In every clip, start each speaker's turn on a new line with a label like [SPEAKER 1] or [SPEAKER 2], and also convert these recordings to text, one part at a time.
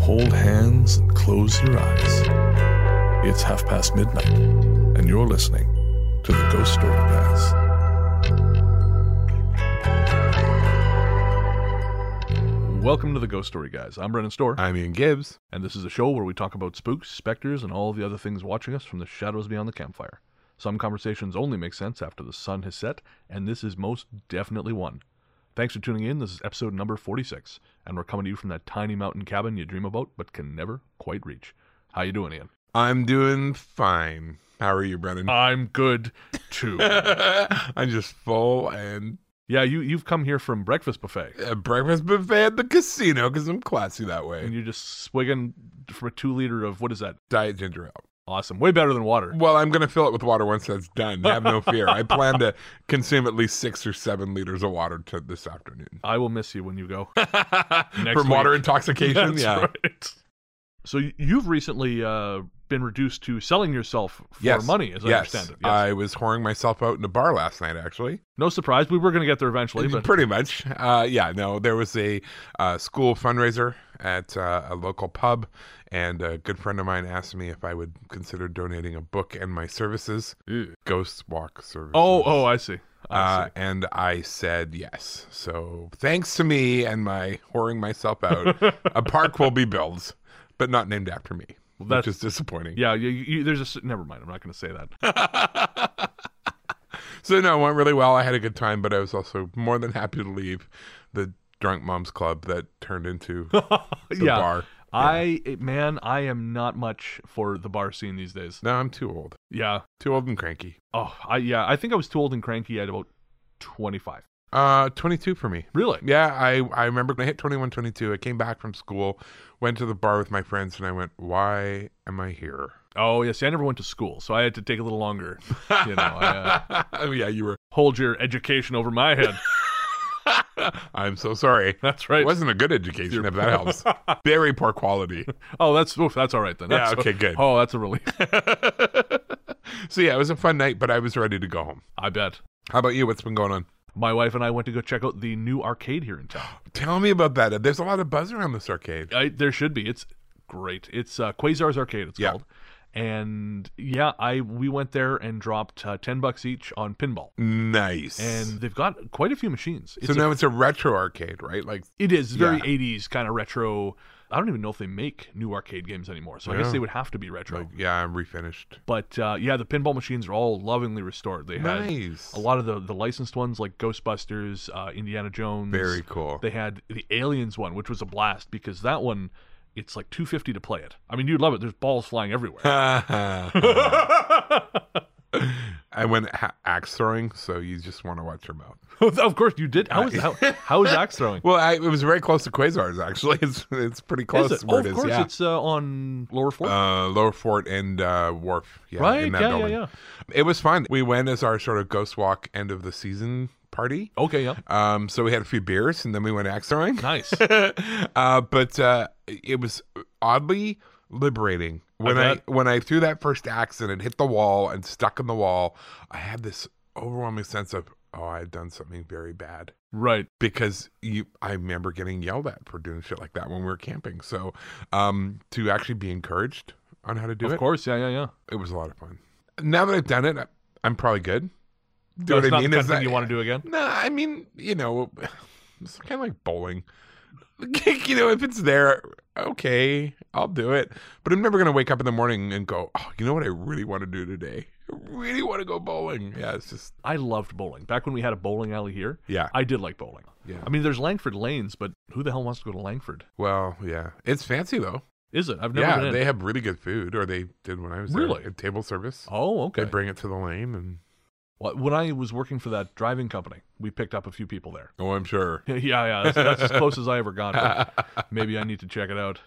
[SPEAKER 1] Hold hands and close your eyes. It's half past midnight, and you're listening to the Ghost Story Pass. Welcome to the Ghost Story, guys. I'm Brennan Storr,
[SPEAKER 2] I'm Ian Gibbs.
[SPEAKER 1] and this is a show where we talk about spooks, specters, and all the other things watching us from the shadows beyond the campfire. Some conversations only make sense after the sun has set, and this is most definitely one. Thanks for tuning in. This is episode number 46, and we're coming to you from that tiny mountain cabin you dream about but can never quite reach. How you doing, Ian?
[SPEAKER 2] I'm doing fine. How are you, Brennan?
[SPEAKER 1] I'm good too. Uh,
[SPEAKER 2] I'm just full and
[SPEAKER 1] yeah, you you've come here from breakfast buffet,
[SPEAKER 2] a breakfast buffet at the casino because I'm classy that
[SPEAKER 1] and
[SPEAKER 2] way.
[SPEAKER 1] you're just swigging from a two liter of what is that?
[SPEAKER 2] Diet ginger ale.
[SPEAKER 1] Awesome, way better than water.
[SPEAKER 2] Well, I'm going to fill it with water once that's done. Have no fear. I plan to consume at least six or seven liters of water to this afternoon.
[SPEAKER 1] I will miss you when you go.
[SPEAKER 2] From water
[SPEAKER 1] week.
[SPEAKER 2] intoxication?
[SPEAKER 1] That's
[SPEAKER 2] yeah.
[SPEAKER 1] right. So y- you've recently uh, been reduced to selling yourself for
[SPEAKER 2] Yes.
[SPEAKER 1] money, as I
[SPEAKER 2] yes.
[SPEAKER 1] understand it. Yes.
[SPEAKER 2] I was whoring myself out in a bar last night, actually.
[SPEAKER 1] no surprise, we were going to get there eventually, but
[SPEAKER 2] Pretty much. Uh, yeah, no, there was a uh, school fundraiser at uh, a local pub, and a good friend of mine asked me if I would consider donating a book and my services, Ghost Walk Services.
[SPEAKER 1] oh, oh, I see. I
[SPEAKER 2] Uh, and I said yes. So thanks to me and my whoring myself out, a park will be built, but not named after me,
[SPEAKER 1] that's-
[SPEAKER 2] which is disappointing.
[SPEAKER 1] see. Yeah, you, you, there's a s- never mind. I'm not going to say that.
[SPEAKER 2] So no, it went really well. I had a good time, but I was also more than happy to leave the drunk moms club that turned into the
[SPEAKER 1] yeah,
[SPEAKER 2] bar.
[SPEAKER 1] I man, I am not much for the bar scene these days.
[SPEAKER 2] No, I'm too old.
[SPEAKER 1] Yeah.
[SPEAKER 2] Too old and cranky.
[SPEAKER 1] Oh, I yeah. I think I was too old and cranky at about 25.
[SPEAKER 2] Uh, 22 for me.
[SPEAKER 1] Really?
[SPEAKER 2] Yeah, I, I remember when I hit 21, 22, I came back from school, went to the bar with my friends, and I went, why am I here?
[SPEAKER 1] Oh, yes. I never went to school, so I had to take a little longer. You know, I, uh,
[SPEAKER 2] oh, yeah, you were.
[SPEAKER 1] hold your education over my head.
[SPEAKER 2] I'm so sorry.
[SPEAKER 1] That's right.
[SPEAKER 2] It wasn't a good education, if that helps. Very poor quality.
[SPEAKER 1] Oh, that's oof, that's all right then.
[SPEAKER 2] Yeah,
[SPEAKER 1] That's,
[SPEAKER 2] okay, good.
[SPEAKER 1] Oh, that's a relief.
[SPEAKER 2] So yeah, it was a fun night, but I was ready to go home.
[SPEAKER 1] I bet.
[SPEAKER 2] How about you? What's been going on?
[SPEAKER 1] My wife and I went to go check out the new arcade here in town.
[SPEAKER 2] Tell me about that. There's a lot of buzz around this arcade.
[SPEAKER 1] I, there should be. It's great. It's uh, Quasar's Arcade. It's
[SPEAKER 2] Yeah.
[SPEAKER 1] called. And yeah, I we went there and dropped uh, ten bucks each on pinball,
[SPEAKER 2] Nice.
[SPEAKER 1] and they've got quite a few machines. It's
[SPEAKER 2] so
[SPEAKER 1] a-
[SPEAKER 2] now it's a retro arcade, right? Like
[SPEAKER 1] it is very
[SPEAKER 2] yeah.
[SPEAKER 1] '80s kind of retro. I don't even know if they make new arcade games anymore, so I guess
[SPEAKER 2] Yeah.
[SPEAKER 1] they would have to be retro.
[SPEAKER 2] like yeah, I'm refinished.
[SPEAKER 1] But uh, yeah, the pinball machines are all lovingly restored. They had
[SPEAKER 2] Nice.
[SPEAKER 1] a lot of the, the licensed ones like Ghostbusters, uh, Indiana Jones.
[SPEAKER 2] Very cool.
[SPEAKER 1] They had the Aliens one, which was a blast because that one, it's like two fifty to play it. I mean, you'd love it. There's balls flying everywhere.
[SPEAKER 2] I went ha- axe throwing, so you just want to watch your mouth.
[SPEAKER 1] of course, you did. How is how, how is axe throwing?
[SPEAKER 2] Well, I, it was very close to Quasar's actually. It's it's pretty close.
[SPEAKER 1] is it? Oh,
[SPEAKER 2] where it
[SPEAKER 1] of
[SPEAKER 2] is,
[SPEAKER 1] course,
[SPEAKER 2] yeah.
[SPEAKER 1] it's uh, on Lower Fort.
[SPEAKER 2] uh, Lower Fort and uh, Wharf. Yeah,
[SPEAKER 1] Right,
[SPEAKER 2] In that
[SPEAKER 1] yeah, yeah,
[SPEAKER 2] building.
[SPEAKER 1] yeah.
[SPEAKER 2] It was fun. We went as our sort of ghost walk end of the season party.
[SPEAKER 1] okay, yeah,
[SPEAKER 2] Um, so we had a few beers and then we went axe throwing.
[SPEAKER 1] nice.
[SPEAKER 2] uh, but uh, it was oddly liberating when I,
[SPEAKER 1] bet.
[SPEAKER 2] when I threw that first axe and it hit the wall and stuck in the wall. I had this overwhelming sense of oh, I've done something very bad
[SPEAKER 1] right.
[SPEAKER 2] because you I remember getting yelled at for doing shit like that when we were camping. So um, to actually be encouraged on how to do
[SPEAKER 1] Of
[SPEAKER 2] it,
[SPEAKER 1] course, yeah, yeah, yeah.
[SPEAKER 2] it was a lot of fun. Now that I've done it, I- I'm probably good. Do
[SPEAKER 1] That's
[SPEAKER 2] what I
[SPEAKER 1] not
[SPEAKER 2] mean?
[SPEAKER 1] the kind
[SPEAKER 2] Is
[SPEAKER 1] of thing
[SPEAKER 2] that-
[SPEAKER 1] you want to do again.
[SPEAKER 2] no, I mean, you know, it's kind of like bowling. you know, if it's there, okay, I'll do it. But I'm never gonna wake up in the morning and go, oh, you know what I really want to do today? I really want to go bowling. Yeah, it's just
[SPEAKER 1] I loved bowling. Back when we had a bowling alley here,
[SPEAKER 2] Yeah.
[SPEAKER 1] I did like bowling.
[SPEAKER 2] Yeah.
[SPEAKER 1] I mean, there's Langford Lanes, but who the hell wants to go to Langford?
[SPEAKER 2] well, yeah, it's fancy though.
[SPEAKER 1] Is it? I've never been
[SPEAKER 2] yeah,
[SPEAKER 1] in.
[SPEAKER 2] they have really good food, or they did when I was
[SPEAKER 1] Really?
[SPEAKER 2] there. at table service.
[SPEAKER 1] oh, okay.
[SPEAKER 2] They bring it to the lane, and
[SPEAKER 1] Well, when I was working for that driving company, we picked up a few people there.
[SPEAKER 2] oh, I'm sure.
[SPEAKER 1] yeah, yeah, that's, that's as close as I ever got. But maybe I need to check it out.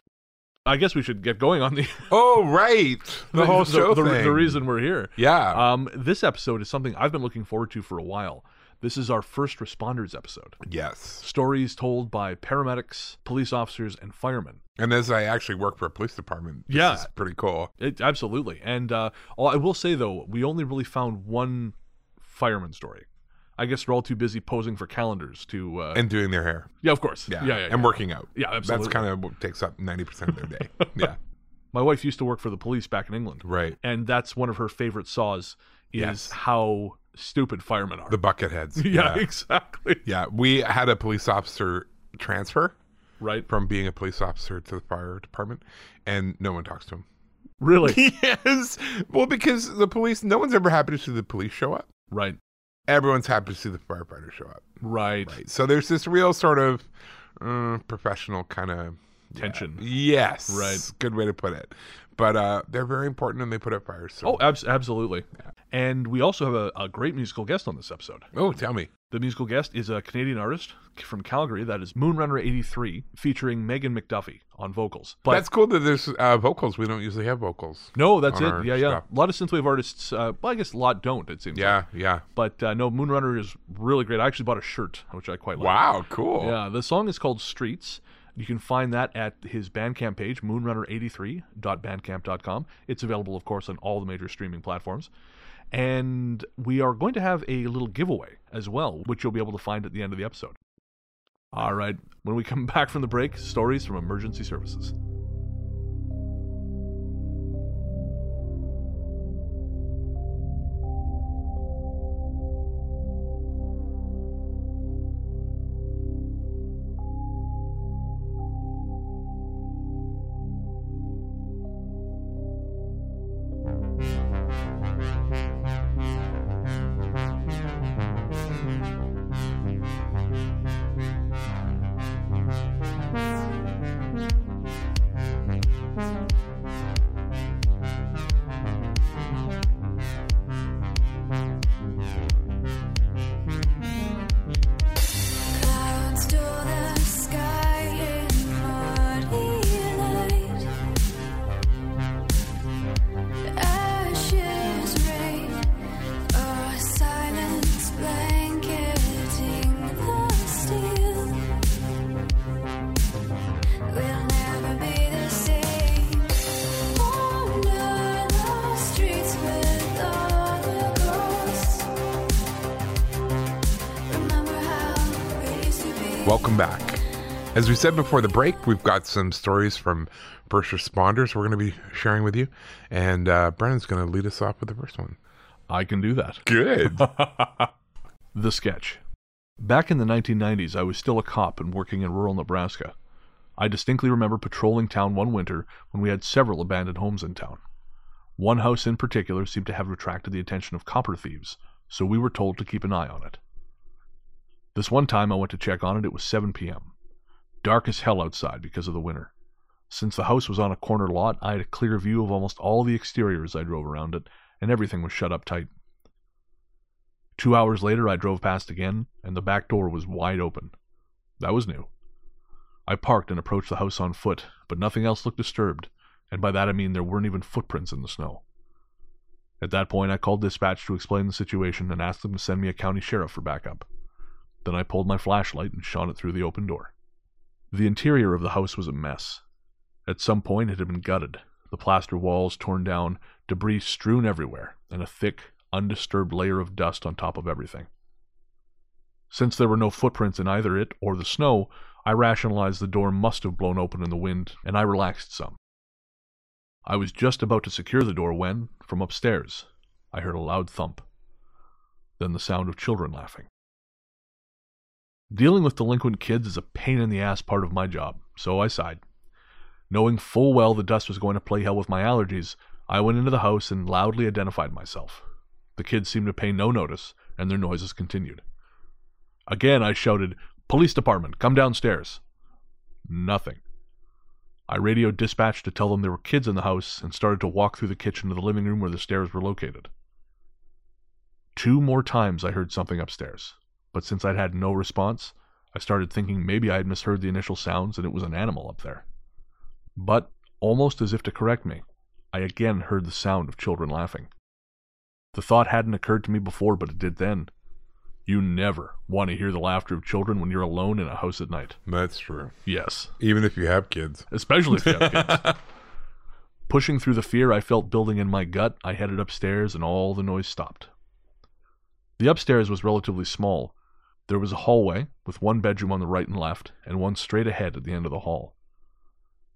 [SPEAKER 1] I guess we should get going on the
[SPEAKER 2] oh, right, the, whole show
[SPEAKER 1] the,
[SPEAKER 2] thing.
[SPEAKER 1] the reason we're here.
[SPEAKER 2] yeah.
[SPEAKER 1] Um, this episode is something I've been looking forward to for a while. This is our first responders episode.
[SPEAKER 2] yes.
[SPEAKER 1] Stories told by paramedics, police officers, and firemen.
[SPEAKER 2] And as I actually work for a police department, this
[SPEAKER 1] Yeah.
[SPEAKER 2] is pretty cool.
[SPEAKER 1] It, absolutely. And uh, all- I will say though, we only really found one fireman story. I guess we're all too busy posing for calendars to. Uh,
[SPEAKER 2] And doing their hair.
[SPEAKER 1] yeah, of course.
[SPEAKER 2] Yeah.
[SPEAKER 1] yeah, yeah.
[SPEAKER 2] and working out.
[SPEAKER 1] Yeah, absolutely.
[SPEAKER 2] That's kind of what takes up 90% of their day. yeah.
[SPEAKER 1] My wife used to work for the police back in England,
[SPEAKER 2] Right.
[SPEAKER 1] and that's one of her favorite saws is
[SPEAKER 2] Yes.
[SPEAKER 1] how stupid firemen are.
[SPEAKER 2] The bucket heads.
[SPEAKER 1] yeah,
[SPEAKER 2] Yeah.
[SPEAKER 1] exactly.
[SPEAKER 2] Yeah. We had a police officer transfer
[SPEAKER 1] Right.
[SPEAKER 2] from being a police officer to the fire department, and no one talks to him.
[SPEAKER 1] Really.
[SPEAKER 2] yes. Well, because the police, no one's ever happy to see the police show up.
[SPEAKER 1] right.
[SPEAKER 2] Everyone's happy to see the firefighters show up.
[SPEAKER 1] Right.
[SPEAKER 2] Right. So there's this real sort of uh, professional kind of
[SPEAKER 1] Tension.
[SPEAKER 2] Yes.
[SPEAKER 1] Right.
[SPEAKER 2] Good way to put it. But uh, they're very important and they put out fires. So.
[SPEAKER 1] Oh, abs- absolutely. And we also have a, a great musical guest on this episode.
[SPEAKER 2] oh, tell me.
[SPEAKER 1] The musical guest is a Canadian artist from Calgary that is Moonrunner 83 featuring Megan McDuffie on vocals. But
[SPEAKER 2] That's cool that there's uh, vocals. We don't usually have vocals.
[SPEAKER 1] no, that's
[SPEAKER 2] on our
[SPEAKER 1] it. Yeah, yeah.
[SPEAKER 2] stuff.
[SPEAKER 1] A lot of synthwave artists, uh, well, I guess a lot don't, it seems. like.
[SPEAKER 2] Yeah, yeah.
[SPEAKER 1] But uh, no, Moonrunner is really great. I actually bought a shirt, which I quite like.
[SPEAKER 2] Wow, cool.
[SPEAKER 1] Yeah, the song is called Streets. You can find that at his Bandcamp page, moonrunner83.bandcamp.com. It's available, of course, on all the major streaming platforms. And we are going to have a little giveaway as well, which you'll be able to find at the end of the episode. All right, when we come back from the break, stories from emergency services.
[SPEAKER 3] Clouds to the sky in muddy light. Ashes rain, a silence blanketing the steel. We'll never be the same. Wander the streets with all the ghosts. Remember how we used to be.
[SPEAKER 2] Welcome back. As we said before the break, we've got some stories from first responders we're going to be sharing with you. And uh, Brennan's going to lead us off with the first one.
[SPEAKER 1] I can do that.
[SPEAKER 2] Good.
[SPEAKER 1] The sketch. Back in the 1990s, I was still a cop and working in rural Nebraska. I distinctly remember patrolling town one winter when we had several abandoned homes in town. One house in particular seemed to have attracted the attention of copper thieves, so we were told to keep an eye on it. This one time I went to check on it, it was 7 p.m. Dark as hell outside because of the winter. Since the house was on a corner lot, I had a clear view of almost all the exterior as I drove around it, and everything was shut up tight. Two hours later, I drove past again, and the back door was wide open. That was new. I parked and approached the house on foot, but nothing else looked disturbed, and by that I mean there weren't even footprints in the snow. At that point, I called dispatch to explain the situation and asked them to send me a county sheriff for backup. Then I pulled my flashlight and shone it through the open door. The interior of the house was a mess. At some point, it had been gutted, the plaster walls torn down, debris strewn everywhere, and a thick, undisturbed layer of dust on top of everything. Since there were no footprints in either it or the snow, I rationalized the door must have blown open in the wind, and I relaxed some. I was just about to secure the door when, from upstairs, I heard a loud thump. Then the sound of children laughing. Dealing with delinquent kids is a pain in the ass part of my job, so I sighed. Knowing full well the dust was going to play hell with my allergies, I went into the house and loudly identified myself. The kids seemed to pay no notice, and their noises continued. Again, I shouted, Police department, come downstairs. Nothing. I radioed dispatch to tell them there were kids in the house and started to walk through the kitchen to the living room where the stairs were located. Two more times I heard something upstairs, but since I'd had no response, I started thinking maybe I had misheard the initial sounds and it was an animal up there. But, almost as if to correct me, I again heard the sound of children laughing. The thought hadn't occurred to me before, but it did then. You never want to hear the laughter of children when you're alone in a house at night.
[SPEAKER 2] That's true.
[SPEAKER 1] Yes,
[SPEAKER 2] Even if you have kids.
[SPEAKER 1] especially if you have kids. Pushing through the fear I felt building in my gut, I headed upstairs and all the noise stopped. The upstairs was relatively small. There was a hallway with one bedroom on the right and left, and one straight ahead at the end of the hall.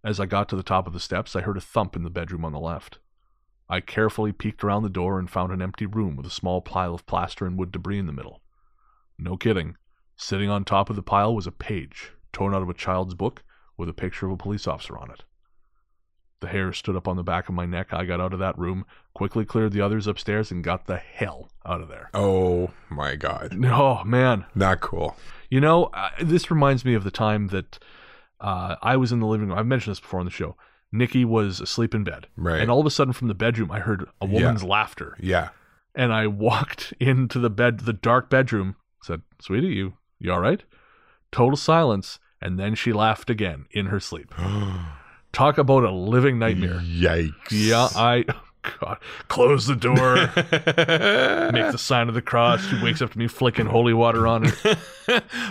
[SPEAKER 1] As I got to the top of the steps, I heard a thump in the bedroom on the left. I carefully peeked around the door and found an empty room with a small pile of plaster and wood debris in the middle. No kidding. Sitting on top of the pile was a page, torn out of a child's book, with a picture of a police officer on it. The hair stood up on the back of my neck. I got out of that room, quickly cleared the others upstairs, and got the hell out of there.
[SPEAKER 2] Oh my God.
[SPEAKER 1] Oh, man.
[SPEAKER 2] Not cool.
[SPEAKER 1] You know, uh, this reminds me of the time that uh, I was in the living room. I've mentioned this before on the show. Nikki was asleep in bed.
[SPEAKER 2] Right.
[SPEAKER 1] And all of a sudden, from the bedroom, I heard a woman's laughter.
[SPEAKER 2] Yeah.
[SPEAKER 1] and I walked into the bed, the dark bedroom. Said, "Sweetie, you you all right?" Total silence, and then she laughed again in her sleep. Talk about a living nightmare.
[SPEAKER 2] Yikes.
[SPEAKER 1] Yeah, I oh, God, close the door, make the sign of the cross. She wakes up to me flicking holy water on her.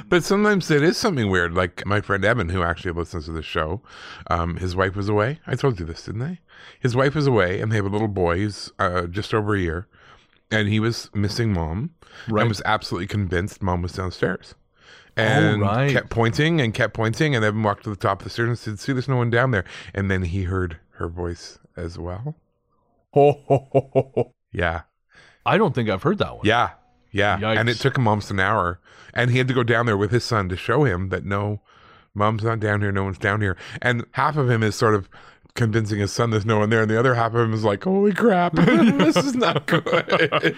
[SPEAKER 2] But sometimes it is something weird. Like my friend Evan, who actually listens to the show, um, his wife was away. I told you this, didn't I? His wife was away, and they have a little boy who's uh, just over a year, and he was missing mom,
[SPEAKER 1] Right. Oh,
[SPEAKER 2] and was absolutely convinced mom was downstairs, and
[SPEAKER 1] right.
[SPEAKER 2] kept pointing and kept pointing, and Evan walked to the top of the stairs and said, "See, there's no one down there," and then he heard her voice as well. Yeah,
[SPEAKER 1] I don't think I've heard that one.
[SPEAKER 2] yeah, yeah. And it
[SPEAKER 1] Yikes.
[SPEAKER 2] took him almost an hour. And he had to go down there with his son to show him that no, mom's not down here. No one's down here. And half of him is sort of convincing his son there's no one there. And the other half of him is like, holy crap, this is not good.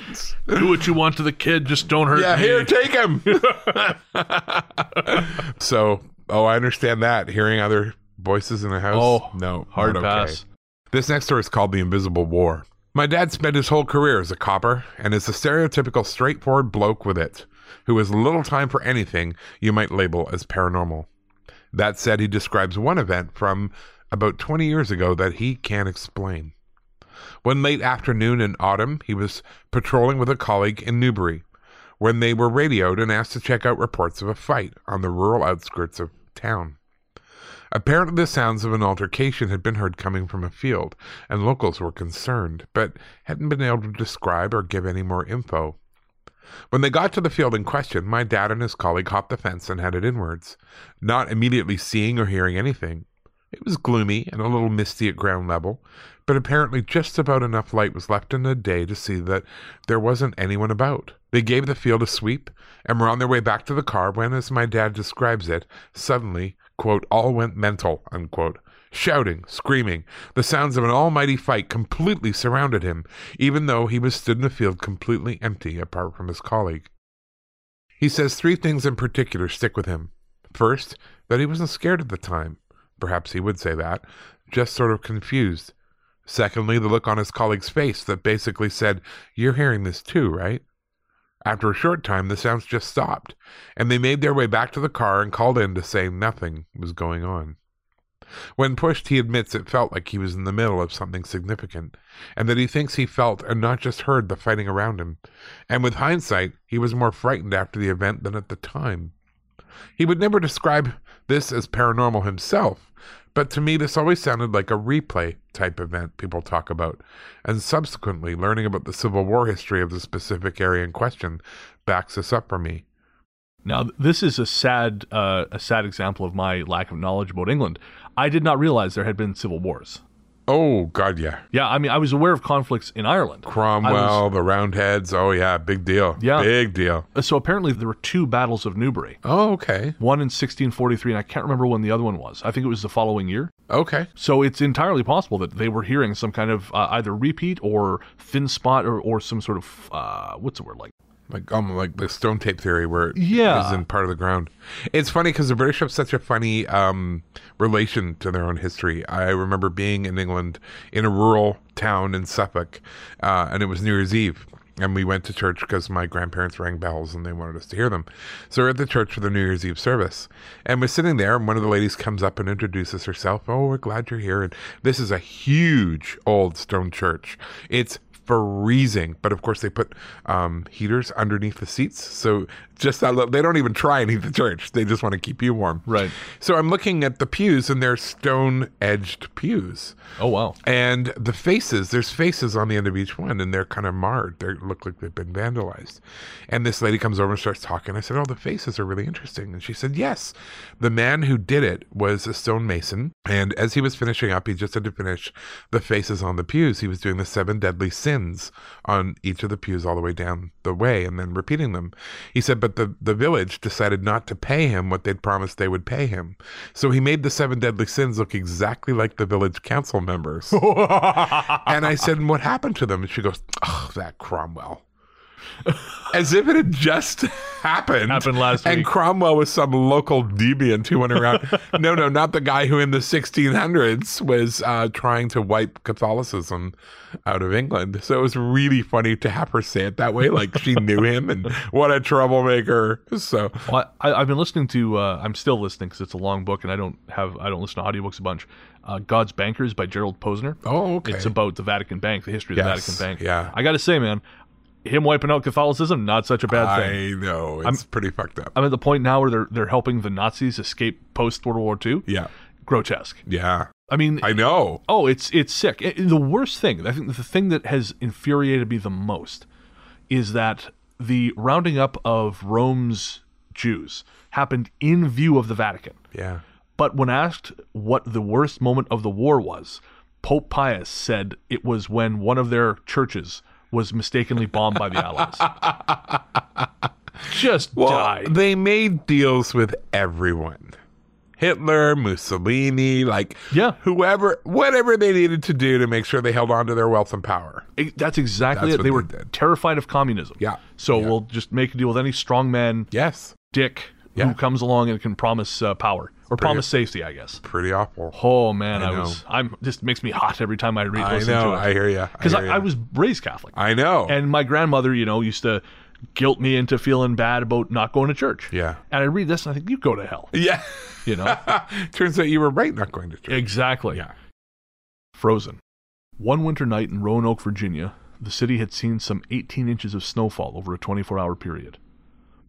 [SPEAKER 1] Do what you want to the kid, just don't hurt
[SPEAKER 2] yeah,
[SPEAKER 1] me.
[SPEAKER 2] here, take him. so, oh, I understand that. Hearing other voices in the house.
[SPEAKER 1] Oh,
[SPEAKER 2] no.
[SPEAKER 1] Hard
[SPEAKER 2] not okay.
[SPEAKER 1] pass.
[SPEAKER 2] This next story is called The Invisible War. My dad spent his whole career as a copper and is a stereotypical straightforward bloke with it, who has little time for anything you might label as paranormal. That said, he describes one event from about 20 years ago that he can't explain. One late afternoon in autumn, he was patrolling with a colleague in Newbury when they were radioed and asked to check out reports of a fight on the rural outskirts of town. Apparently, the sounds of an altercation had been heard coming from a field, and locals were concerned, but hadn't been able to describe or give any more info. When they got to the field in question, my dad and his colleague hopped the fence and headed inwards, not immediately seeing or hearing anything. It was gloomy and a little misty at ground level, but apparently just about enough light was left in the day to see that there wasn't anyone about. They gave the field a sweep and were on their way back to the car when, as my dad describes it, suddenly, quote, all went mental, unquote. Shouting, screaming, the sounds of an almighty fight completely surrounded him, even though he was stood in a field completely empty apart from his colleague. He says three things in particular stick with him. First, that he wasn't scared at the time. Perhaps he would say that, just sort of confused. Secondly, the look on his colleague's face that basically said, You're hearing this too, right? After a short time, the sounds just stopped, and they made their way back to the car and called in to say nothing was going on. When pushed, he admits it felt like he was in the middle of something significant, and that he thinks he felt and not just heard the fighting around him. And with hindsight, he was more frightened after the event than at the time. He would never describe this as paranormal himself, but to me, this always sounded like a replay type event people talk about. And subsequently, learning about the Civil War history of the specific area in question backs this up for me.
[SPEAKER 1] Now, th- this is a sad, uh, a sad example of my lack of knowledge about England. I did not realize there had been civil wars.
[SPEAKER 2] Oh God, yeah.
[SPEAKER 1] Yeah, I mean, I was aware of conflicts in Ireland.
[SPEAKER 2] Cromwell,
[SPEAKER 1] I
[SPEAKER 2] the Roundheads. Oh yeah, big deal.
[SPEAKER 1] Yeah.
[SPEAKER 2] big deal.
[SPEAKER 1] was- so apparently there were two battles of Newbury.
[SPEAKER 2] Oh okay,
[SPEAKER 1] One in 1643, and I can't remember when the other one was. I think it was the following year.
[SPEAKER 2] okay.
[SPEAKER 1] So it's entirely possible that they were hearing some kind of uh, either repeat or thin spot or, or some sort of uh, what's the word like?
[SPEAKER 2] Like um, like the stone tape theory where it
[SPEAKER 1] Yeah.
[SPEAKER 2] is in part of the ground. It's funny because the British have such a funny um, relation to their own history. I remember being in England in a rural town in Suffolk, uh, and it was New Year's Eve. And we went to church because my grandparents rang bells and they wanted us to hear them. So we're at the church for the New Year's Eve service. And we're sitting there, and one of the ladies comes up and introduces herself. Oh, we're glad you're here. And this is a huge old stone church. It's freezing. But of course, they put um, heaters underneath the seats, so just that little, they don't even try and heat the church. They just want to keep you warm.
[SPEAKER 1] Right.
[SPEAKER 2] So I'm looking at the pews, and they're stone edged pews,
[SPEAKER 1] Oh wow,
[SPEAKER 2] and the faces. There's faces on the end of each one, and they're kind of marred. They look like they've been vandalized. And this lady comes over and starts talking. I said, "Oh, the faces are really interesting." And she said, "Yes, the man who did it was a stonemason, and as he was finishing up, he just had to finish the faces on the pews. He was doing the seven deadly sins on each of the pews all the way down the way and then repeating them. He said, but the, the village decided not to pay him what they'd promised they would pay him. So he made the seven deadly sins look exactly like the village council members. and I said, and what happened to them? And she goes, oh, that Cromwell. As if it had just happened.
[SPEAKER 1] Happened last
[SPEAKER 2] And
[SPEAKER 1] week.
[SPEAKER 2] Cromwell was some local deviant who went around. no, no, not the guy who in the 1600s was uh, trying to wipe Catholicism out of England. So it was really funny to have her say it that way, like she knew him and what a troublemaker. So
[SPEAKER 1] well, I, I've been listening to. Uh, I'm still listening because it's a long book, and I don't have. I don't listen to audiobooks a bunch. Uh, God's Bankers by Gerald Posner.
[SPEAKER 2] Oh, okay.
[SPEAKER 1] It's about the Vatican Bank, the history of
[SPEAKER 2] Yes,
[SPEAKER 1] the Vatican Bank.
[SPEAKER 2] yeah.
[SPEAKER 1] I got to say, man, him wiping out Catholicism, not such a bad thing.
[SPEAKER 2] I know it's pretty fucked up.
[SPEAKER 1] I'm at the point now where they're they're helping the Nazis escape post World War II.
[SPEAKER 2] yeah,
[SPEAKER 1] Grotesque.
[SPEAKER 2] yeah,
[SPEAKER 1] I mean,
[SPEAKER 2] I know.
[SPEAKER 1] Oh, it's it's sick. I- the worst thing, I think, the thing that has infuriated me the most is that the rounding up of Rome's Jews happened in view of the Vatican.
[SPEAKER 2] Yeah,
[SPEAKER 1] But when asked what the worst moment of the war was, Pope Pius said it was when one of their churches was mistakenly bombed by the Allies. Just
[SPEAKER 2] well,
[SPEAKER 1] die.
[SPEAKER 2] they made deals with everyone. Hitler, Mussolini, like
[SPEAKER 1] Yeah.
[SPEAKER 2] whoever, whatever they needed to do to make sure they held on to their wealth and power.
[SPEAKER 1] It- that's exactly
[SPEAKER 2] That's
[SPEAKER 1] it.
[SPEAKER 2] what
[SPEAKER 1] They were
[SPEAKER 2] they did.
[SPEAKER 1] terrified of communism.
[SPEAKER 2] Yeah.
[SPEAKER 1] So
[SPEAKER 2] Yeah.
[SPEAKER 1] we'll just make a deal with any strongman
[SPEAKER 2] Yes,
[SPEAKER 1] dick
[SPEAKER 2] Yeah.
[SPEAKER 1] who comes along and can promise uh, power or promise safety, I guess.
[SPEAKER 2] pretty awful.
[SPEAKER 1] Oh man, I,
[SPEAKER 2] know.
[SPEAKER 1] was. I'm just makes me hot every time I read.
[SPEAKER 2] I
[SPEAKER 1] listen
[SPEAKER 2] know.
[SPEAKER 1] To it.
[SPEAKER 2] I hear you.
[SPEAKER 1] Because I, I, was raised Catholic,
[SPEAKER 2] I know.
[SPEAKER 1] and my grandmother, you know, used to guilt me into feeling bad about not going to church.
[SPEAKER 2] Yeah.
[SPEAKER 1] And I read this and I think you go to hell.
[SPEAKER 2] yeah.
[SPEAKER 1] You know.
[SPEAKER 2] Turns out you were right not going to church.
[SPEAKER 1] exactly.
[SPEAKER 2] Yeah.
[SPEAKER 1] Frozen. One winter night in Roanoke, Virginia, the city had seen some 18 inches of snowfall over a 24 hour period.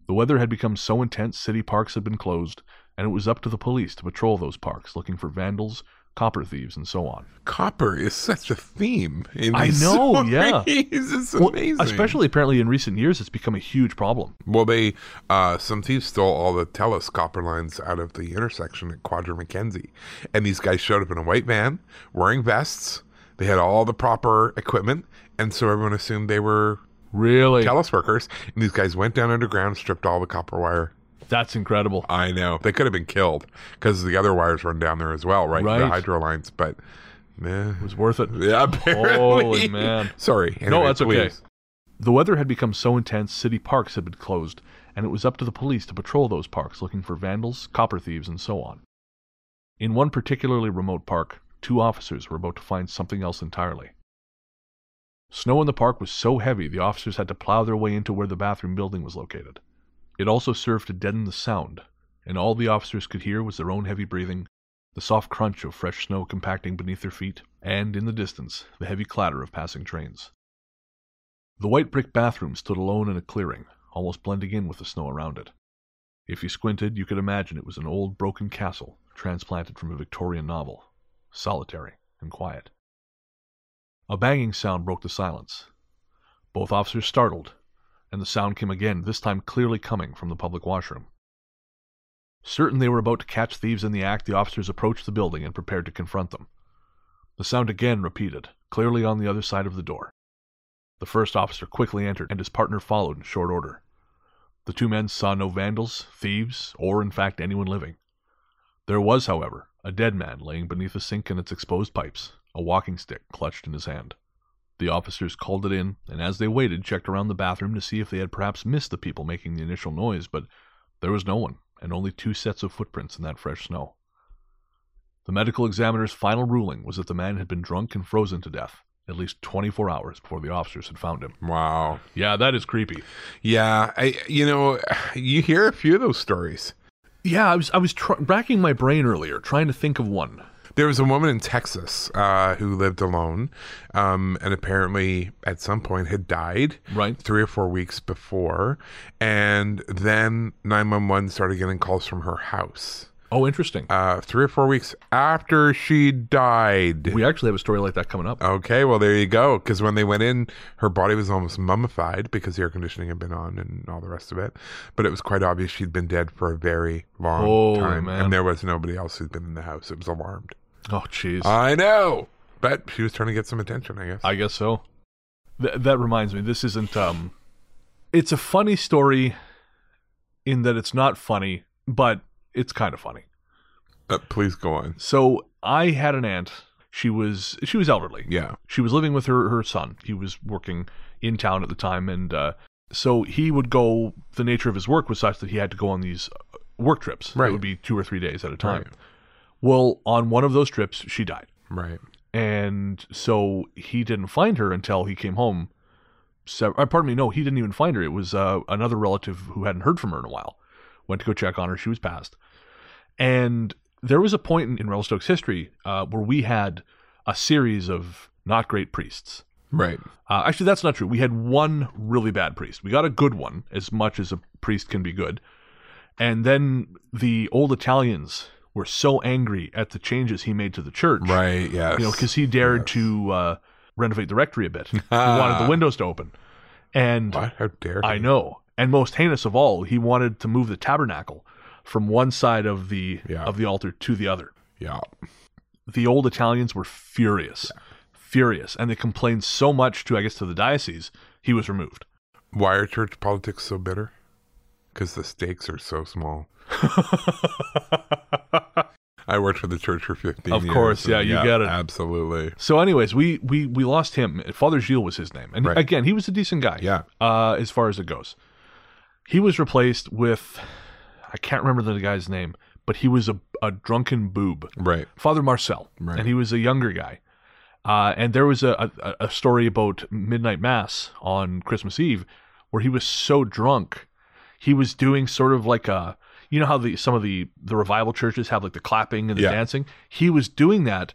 [SPEAKER 1] The weather had become so intense, city parks had been closed, and it was up to the police to patrol those parks looking for vandals, copper thieves, and so on.
[SPEAKER 2] Copper is such a theme. In
[SPEAKER 1] I
[SPEAKER 2] these
[SPEAKER 1] know, yeah.
[SPEAKER 2] stories. It's
[SPEAKER 1] Well,
[SPEAKER 2] amazing.
[SPEAKER 1] especially apparently in recent years, it's become a huge problem.
[SPEAKER 2] Well, they uh, some thieves stole all the Telus copper lines out of the intersection at Quadra McKenzie, and these guys showed up in a white van, wearing vests. They had all the proper equipment, and so everyone assumed they were
[SPEAKER 1] Really?
[SPEAKER 2] Telus workers. And these guys went down underground, stripped all the copper wire.
[SPEAKER 1] That's incredible.
[SPEAKER 2] I know they could have been killed because the other wires run down there as well, right? The
[SPEAKER 1] Right.
[SPEAKER 2] hydro lines, but eh.
[SPEAKER 1] It was worth it.
[SPEAKER 2] yeah, apparently.
[SPEAKER 1] Holy man.
[SPEAKER 2] Sorry.
[SPEAKER 1] No,
[SPEAKER 2] Anyway,
[SPEAKER 1] that's okay.
[SPEAKER 2] please.
[SPEAKER 1] The weather had become so intense, city parks had been closed, and it was up to the police to patrol those parks looking for vandals, copper thieves, and so on. In one particularly remote park, two officers were about to find something else entirely. Snow in the park was so heavy the officers had to plow their way into where the bathroom building was located. It also served to deaden the sound, and all the officers could hear was their own heavy breathing, the soft crunch of fresh snow compacting beneath their feet, and, in the distance, the heavy clatter of passing trains. The white brick bathroom stood alone in a clearing, almost blending in with the snow around it. If you squinted, you could imagine it was an old broken castle, transplanted from a Victorian novel, solitary and quiet. A banging sound broke the silence. Both officers startled, and the sound came again, this time clearly coming from the public washroom. Certain they were about to catch thieves in the act, the officers approached the building and prepared to confront them. The sound again repeated, clearly on the other side of the door. The first officer quickly entered, and his partner followed in short order. The two men saw no vandals, thieves, or in fact anyone living. There was, however, a dead man laying beneath a sink and its exposed pipes, a walking stick clutched in his hand. The officers called it in, and as they waited, checked around the bathroom to see if they had perhaps missed the people making the initial noise, but there was no one, and only two sets of footprints in that fresh snow. The medical examiner's final ruling was that the man had been drunk and frozen to death at least 24 hours before the officers had found him.
[SPEAKER 2] Wow.
[SPEAKER 1] Yeah, that is creepy.
[SPEAKER 2] Yeah, I you know, you hear a few of those stories.
[SPEAKER 1] Yeah, I was I was tr- racking my brain earlier trying to think of one.
[SPEAKER 2] There was a woman in Texas uh, who lived alone, um, and apparently at some point had died.
[SPEAKER 1] Right.
[SPEAKER 2] three or four weeks before, and then 911 started getting calls from her house.
[SPEAKER 1] Oh, interesting.
[SPEAKER 2] Uh, three or four weeks after she died.
[SPEAKER 1] We actually have a story like that coming up.
[SPEAKER 2] Okay, well there you go. Because when they went in, her body was almost mummified because the air conditioning had been on and all the rest of it. But it was quite obvious she'd been dead for a very long
[SPEAKER 1] Oh,
[SPEAKER 2] time,
[SPEAKER 1] man.
[SPEAKER 2] and there was nobody else who'd been in the house. It was alarmed.
[SPEAKER 1] Oh, jeez.
[SPEAKER 2] I know, but she was trying to get some attention, I guess.
[SPEAKER 1] I guess so. Th- that reminds me, this isn't. um It's a funny story, in that it's not funny, but it's kind of funny.
[SPEAKER 2] Uh, please go on.
[SPEAKER 1] So I had an aunt. She was she was elderly.
[SPEAKER 2] Yeah.
[SPEAKER 1] She was living with her her son. He was working in town at the time, and uh, so he would go. The nature of his work was such that he had to go on these uh, work trips.
[SPEAKER 2] Right.
[SPEAKER 1] It would be two or three days at a time.
[SPEAKER 2] Right.
[SPEAKER 1] Well, on one of those trips, she died
[SPEAKER 2] Right.
[SPEAKER 1] and so he didn't find her until he came home. So, uh, pardon me, no, he didn't even find her. It was uh, another relative who hadn't heard from her in a while. Went to go check on her. She was passed. And there was a point in, in Revelstoke's history uh, where we had a series of not great priests.
[SPEAKER 2] Right.
[SPEAKER 1] Uh, actually, that's not true. We had one really bad priest. We got a good one, as much as a priest can be good. And then the old Italians were so angry at the changes he made to the church
[SPEAKER 2] Right. Yes.
[SPEAKER 1] you know, because he dared to uh, renovate the rectory a bit. he wanted the windows to open, and
[SPEAKER 2] What? How dare
[SPEAKER 1] I
[SPEAKER 2] he?
[SPEAKER 1] know. And most heinous of all, he wanted to move the tabernacle from one side of the
[SPEAKER 2] Yeah.
[SPEAKER 1] of the altar to the other.
[SPEAKER 2] Yeah.
[SPEAKER 1] The old Italians were furious, furious, and they complained so much to I guess to the diocese. He was removed.
[SPEAKER 2] Why are church politics so bitter? Because the stakes are so small. I worked for the church for 15
[SPEAKER 1] Of
[SPEAKER 2] years,
[SPEAKER 1] course, yeah,
[SPEAKER 2] and
[SPEAKER 1] you get it.
[SPEAKER 2] Absolutely.
[SPEAKER 1] So, anyways, we we we lost him. Father Gilles was his name, and
[SPEAKER 2] Right.
[SPEAKER 1] again, he was a decent guy.
[SPEAKER 2] Yeah.
[SPEAKER 1] uh, as far as it goes, he was replaced with I can't remember the guy's name, but he was a a drunken boob,
[SPEAKER 2] Right.
[SPEAKER 1] Father Marcel,
[SPEAKER 2] Right.
[SPEAKER 1] and he was a younger guy. Uh, and there was a, a a story about midnight mass on Christmas Eve where he was so drunk, he was doing sort of like a you know how the some of the the revival churches have like the clapping and the
[SPEAKER 2] Yeah.
[SPEAKER 1] dancing. He was doing that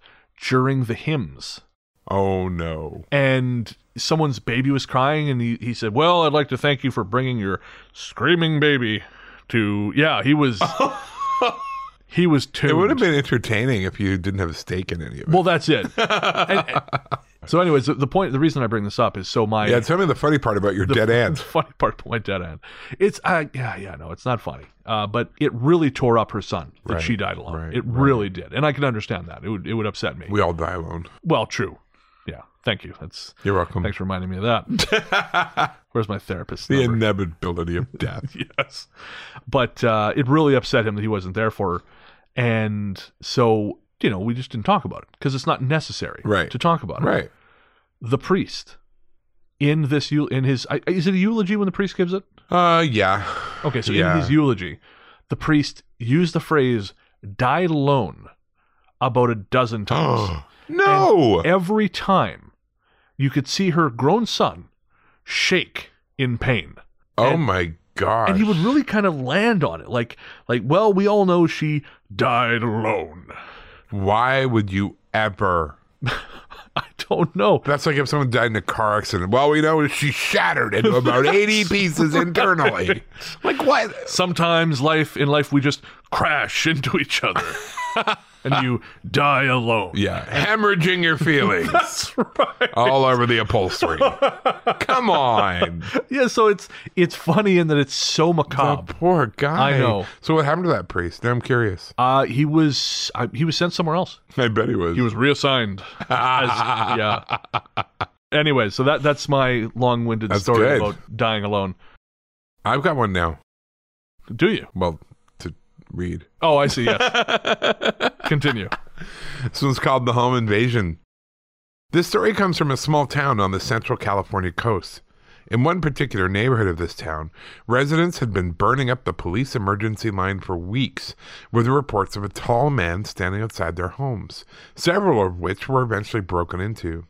[SPEAKER 1] during the hymns
[SPEAKER 2] Oh, no.
[SPEAKER 1] and someone's baby was crying and he, he said well i'd like to thank you for bringing your screaming baby to yeah he was he was tuned.
[SPEAKER 2] It would have been entertaining if you didn't have a stake in any of it.
[SPEAKER 1] well that's it And- and- so anyways the, the point the reason i bring this up is so my
[SPEAKER 2] yeah, tell me the funny part about your dead
[SPEAKER 1] the
[SPEAKER 2] aunt.
[SPEAKER 1] funny part about my dead end it's i yeah yeah no it's not funny uh, but it really tore up her son that
[SPEAKER 2] Right,
[SPEAKER 1] she died alone
[SPEAKER 2] right,
[SPEAKER 1] it
[SPEAKER 2] right.
[SPEAKER 1] really did and i can understand that it would it would upset me
[SPEAKER 2] We all die alone.
[SPEAKER 1] well true yeah thank you that's
[SPEAKER 2] You're welcome.
[SPEAKER 1] thanks for reminding me of that where's my therapist
[SPEAKER 2] the
[SPEAKER 1] number?
[SPEAKER 2] inevitability of death.
[SPEAKER 1] yes. But uh, it really upset him that he wasn't there for her. And so, you know, we just didn't talk about it because it's not necessary
[SPEAKER 2] Right.
[SPEAKER 1] to talk about it.
[SPEAKER 2] right.
[SPEAKER 1] The priest in this, eu- in his, I- is it a eulogy when the priest gives it?
[SPEAKER 2] Uh, yeah.
[SPEAKER 1] Okay, so
[SPEAKER 2] Yeah.
[SPEAKER 1] in his eulogy, the priest used the phrase died alone about a dozen times.
[SPEAKER 2] no.
[SPEAKER 1] Every time you could see her grown son shake in pain.
[SPEAKER 2] oh,
[SPEAKER 1] and-
[SPEAKER 2] my God.
[SPEAKER 1] and he would really kind of land on it like like well we all know she died alone
[SPEAKER 2] Why would you ever
[SPEAKER 1] i don't know
[SPEAKER 2] That's like if someone died in a car accident. Well, we know she shattered into about 80 pieces internally. Like, what?
[SPEAKER 1] sometimes life in life we just crash into each other and you die alone.
[SPEAKER 2] Yeah, hemorrhaging your feelings
[SPEAKER 1] That's right.
[SPEAKER 2] all over the upholstery. Come on,
[SPEAKER 1] Yeah, so it's it's funny in that it's so
[SPEAKER 2] the
[SPEAKER 1] macabre.
[SPEAKER 2] poor guy.
[SPEAKER 1] I know.
[SPEAKER 2] So what happened to that priest? Now I'm curious.
[SPEAKER 1] Uh, he was I, he was sent somewhere else.
[SPEAKER 2] I bet he was.
[SPEAKER 1] He was reassigned. as, yeah. Anyway, so that that's my long-winded
[SPEAKER 2] That's
[SPEAKER 1] story
[SPEAKER 2] good.
[SPEAKER 1] about dying alone.
[SPEAKER 2] I've got one now.
[SPEAKER 1] Do you?
[SPEAKER 2] Well, to read.
[SPEAKER 1] Oh, I see. Yes. Continue.
[SPEAKER 2] This one's called The Home Invasion. This story comes from a small town on the central California coast. In one particular neighborhood of this town, residents had been burning up the police emergency line for weeks with reports of a tall man standing outside their homes, several of which were eventually broken into.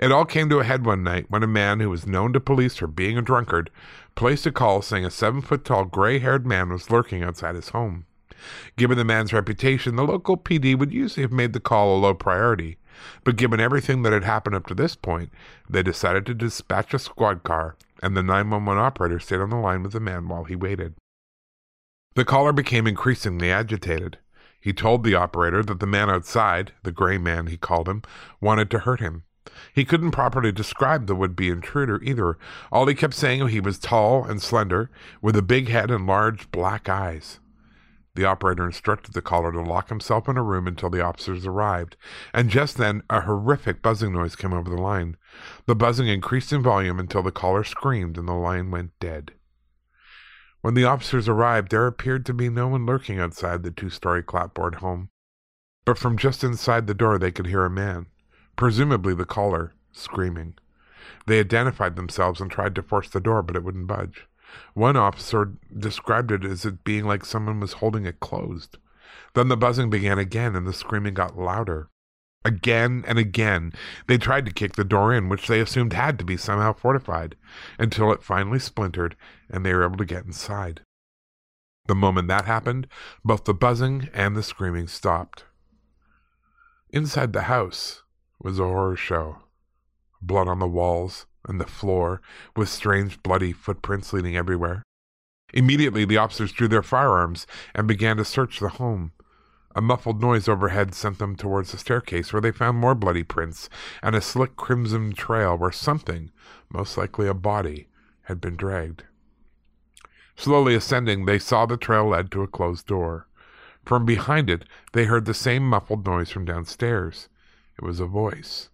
[SPEAKER 2] It all came to a head one night when a man who was known to police for being a drunkard placed a call saying a seven foot tall gray haired man was lurking outside his home. Given the man's reputation, the local PD would usually have made the call a low priority. But given everything that had happened up to this point, they decided to dispatch a squad car, and the 911 operator stayed on the line with the man while he waited. The caller became increasingly agitated. He told the operator that the man outside, the gray man he called him, wanted to hurt him. He couldn't properly describe the would be intruder either. All he kept saying he was tall and slender, with a big head and large black eyes. The operator instructed the caller to lock himself in a room until the officers arrived, and just then a horrific buzzing noise came over the line. The buzzing increased in volume until the caller screamed and the line went dead. When the officers arrived, there appeared to be no one lurking outside the two story clapboard home, but from just inside the door they could hear a man, presumably the caller, screaming. They identified themselves and tried to force the door, but it wouldn't budge. One officer described it as it being like someone was holding it closed. Then the buzzing began again and the screaming got louder. Again and again, they tried to kick the door in, which they assumed had to be somehow fortified, until it finally splintered and they were able to get inside. The moment that happened, both the buzzing and the screaming stopped. Inside the house was a horror show blood on the walls and the floor, with strange bloody footprints leading everywhere. Immediately, the officers drew their firearms and began to search the home. A muffled noise overhead sent them towards the staircase, where they found more bloody prints and a slick crimson trail where something, most likely a body, had been dragged. Slowly ascending, they saw the trail led to a closed door. From behind it, they heard the same muffled noise from downstairs. It was a voice.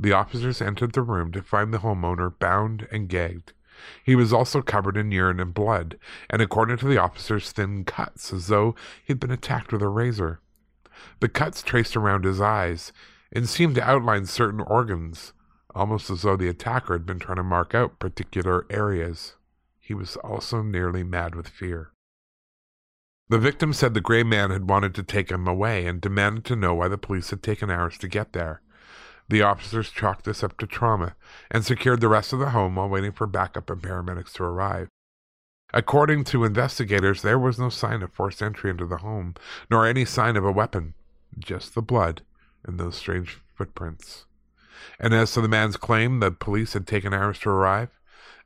[SPEAKER 2] The officers entered the room to find the homeowner bound and gagged. He was also covered in urine and blood, and according to the officers, thin cuts, as though he'd been attacked with a razor. The cuts traced around his eyes and seemed to outline certain organs, almost as though the attacker had been trying to mark out particular areas. He was also nearly mad with fear. The victim said the gray man had wanted to take him away and demanded to know why the police had taken hours to get there. The officers chalked this up to trauma and secured the rest of the home while waiting for backup and paramedics to arrive. According to investigators, there was no sign of forced entry into the home, nor any sign of a weapon, just the blood and those strange footprints. And as to the man's claim that police had taken hours to arrive,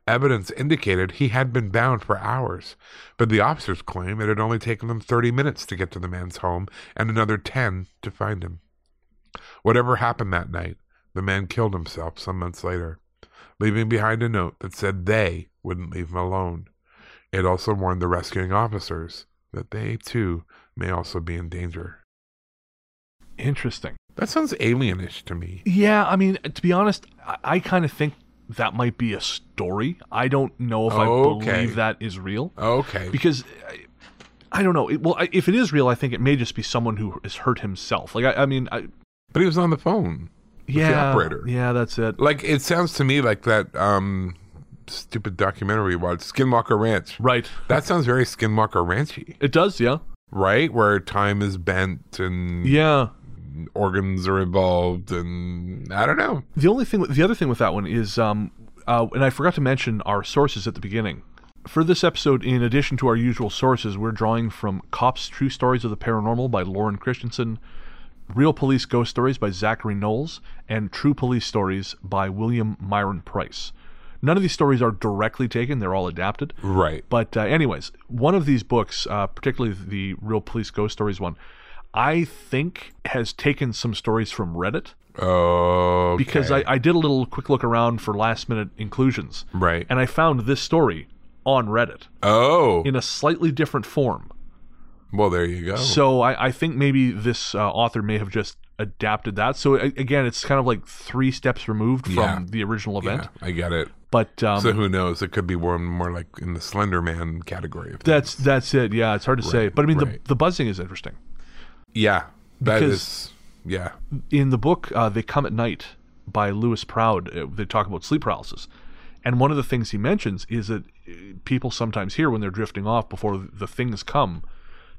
[SPEAKER 2] evidence indicated he had been bound for hours, but the officers claim it had only taken them 30 minutes to get to the man's home and another 10 to find him. Whatever happened that night, the man killed himself some months later, leaving behind a note that said they wouldn't leave him alone. It also warned the rescuing officers that they too may also be in danger.
[SPEAKER 1] Interesting.
[SPEAKER 2] That sounds alienish to me.
[SPEAKER 1] Yeah, I mean, to be honest, I, I kind of think that might be a story. I don't know if
[SPEAKER 2] Okay.
[SPEAKER 1] I believe that is real
[SPEAKER 2] Okay.
[SPEAKER 1] because I, I don't know. It, well, I, if it is real, I think it may just be someone who has hurt himself. Like, I, I mean, I,
[SPEAKER 2] But he was on the phone. the
[SPEAKER 1] yeah,
[SPEAKER 2] operator.
[SPEAKER 1] yeah, that's it.
[SPEAKER 2] Like it sounds to me like that um stupid documentary we watched, Skinwalker Ranch.
[SPEAKER 1] Right,
[SPEAKER 2] That sounds very Skinwalker Ranchy,
[SPEAKER 1] it does. Yeah,
[SPEAKER 2] right? Where time is bent and
[SPEAKER 1] yeah.
[SPEAKER 2] organs are involved and I don't know.
[SPEAKER 1] The only thing, the other thing with that one is, um, uh, and I forgot to mention our sources at the beginning. For this episode, in addition to our usual sources, we're drawing from Cops True Stories of the Paranormal by Lauren Christensen, Real Police Ghost Stories by Zachary Knowles, and True Police Stories by William Myron Price. None of these stories are directly taken, they're all adapted.
[SPEAKER 2] Right.
[SPEAKER 1] But uh, anyways, one of these books, uh, particularly the Real Police Ghost Stories one, I think has taken some stories from Reddit
[SPEAKER 2] Oh,
[SPEAKER 1] because I, I did a little quick look around for last minute inclusions.
[SPEAKER 2] Right.
[SPEAKER 1] And I found this story on Reddit
[SPEAKER 2] oh,
[SPEAKER 1] in a slightly different form.
[SPEAKER 2] well, there you go.
[SPEAKER 1] So I, I think maybe this uh, author may have just adapted that. So a- again, it's kind of like three steps removed from
[SPEAKER 2] Yeah.
[SPEAKER 1] the original event.
[SPEAKER 2] yeah, I get it.
[SPEAKER 1] But um,
[SPEAKER 2] So who knows? It could be more, more like in the Slender Man category. Of
[SPEAKER 1] that's that's it. Yeah, it's hard to say. But I mean,
[SPEAKER 2] right.
[SPEAKER 1] the, the buzzing is interesting.
[SPEAKER 2] yeah, that
[SPEAKER 1] because-
[SPEAKER 2] is yeah.
[SPEAKER 1] in the book uh, they come at night by lewis proud uh, they talk about sleep paralysis and one of the things he mentions is that uh, people sometimes hear when they're drifting off before the things come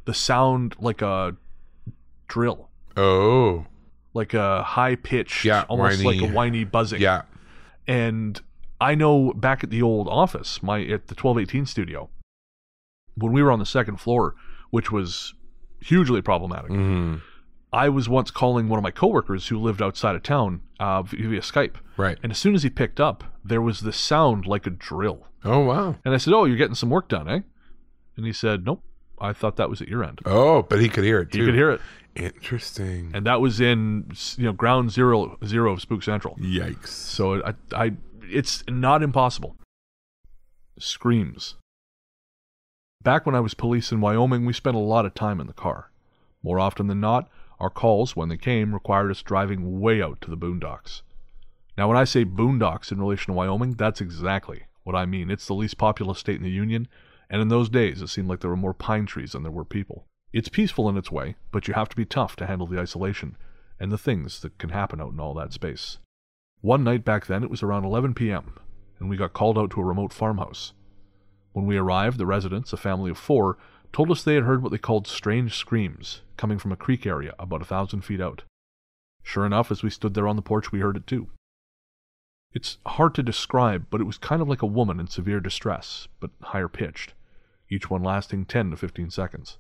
[SPEAKER 1] the sound like a drill
[SPEAKER 2] Oh,
[SPEAKER 1] like a high pitched
[SPEAKER 2] Yeah,
[SPEAKER 1] almost like
[SPEAKER 2] whiny.
[SPEAKER 1] a whiny buzzing
[SPEAKER 2] yeah.
[SPEAKER 1] and I know back at the old office, my at the twelve eighteen studio, when we were on the second floor, which was hugely problematic.
[SPEAKER 2] Mm-hmm.
[SPEAKER 1] I was once calling one of my coworkers who lived outside of town uh, via Skype,
[SPEAKER 2] Right.
[SPEAKER 1] and as soon as he picked up, there was this sound like a drill,
[SPEAKER 2] Oh wow.
[SPEAKER 1] and I said, "Oh, you're getting some work done, eh?" And he said, "Nope, I thought that was at your end."
[SPEAKER 2] Oh, but he could hear it too.
[SPEAKER 1] You could hear it,
[SPEAKER 2] Interesting.
[SPEAKER 1] and that was in you know ground zero zero of Spook Central.
[SPEAKER 2] Yikes.
[SPEAKER 1] So I, I, it's not impossible. Screams. Back when I was police in Wyoming, we spent a lot of time in the car. More often than not, our calls, when they came, required us driving way out to the boondocks. Now, when I say boondocks in relation to Wyoming, that's exactly what I mean. It's the least populous state in the Union, and in those days, it seemed like there were more pine trees than there were people. It's peaceful in its way, but you have to be tough to handle the isolation and the things that can happen out in all that space. One night back then, it was around 11 p.m., and we got called out to a remote farmhouse. When we arrived, the residents, a family of four, told us they had heard what they called strange screams coming from a creek area about a thousand feet out. Sure enough, as we stood there on the porch, we heard it too. It's hard to describe, but it was kind of like a woman in severe distress, but higher pitched, each one lasting 10 to 15 seconds.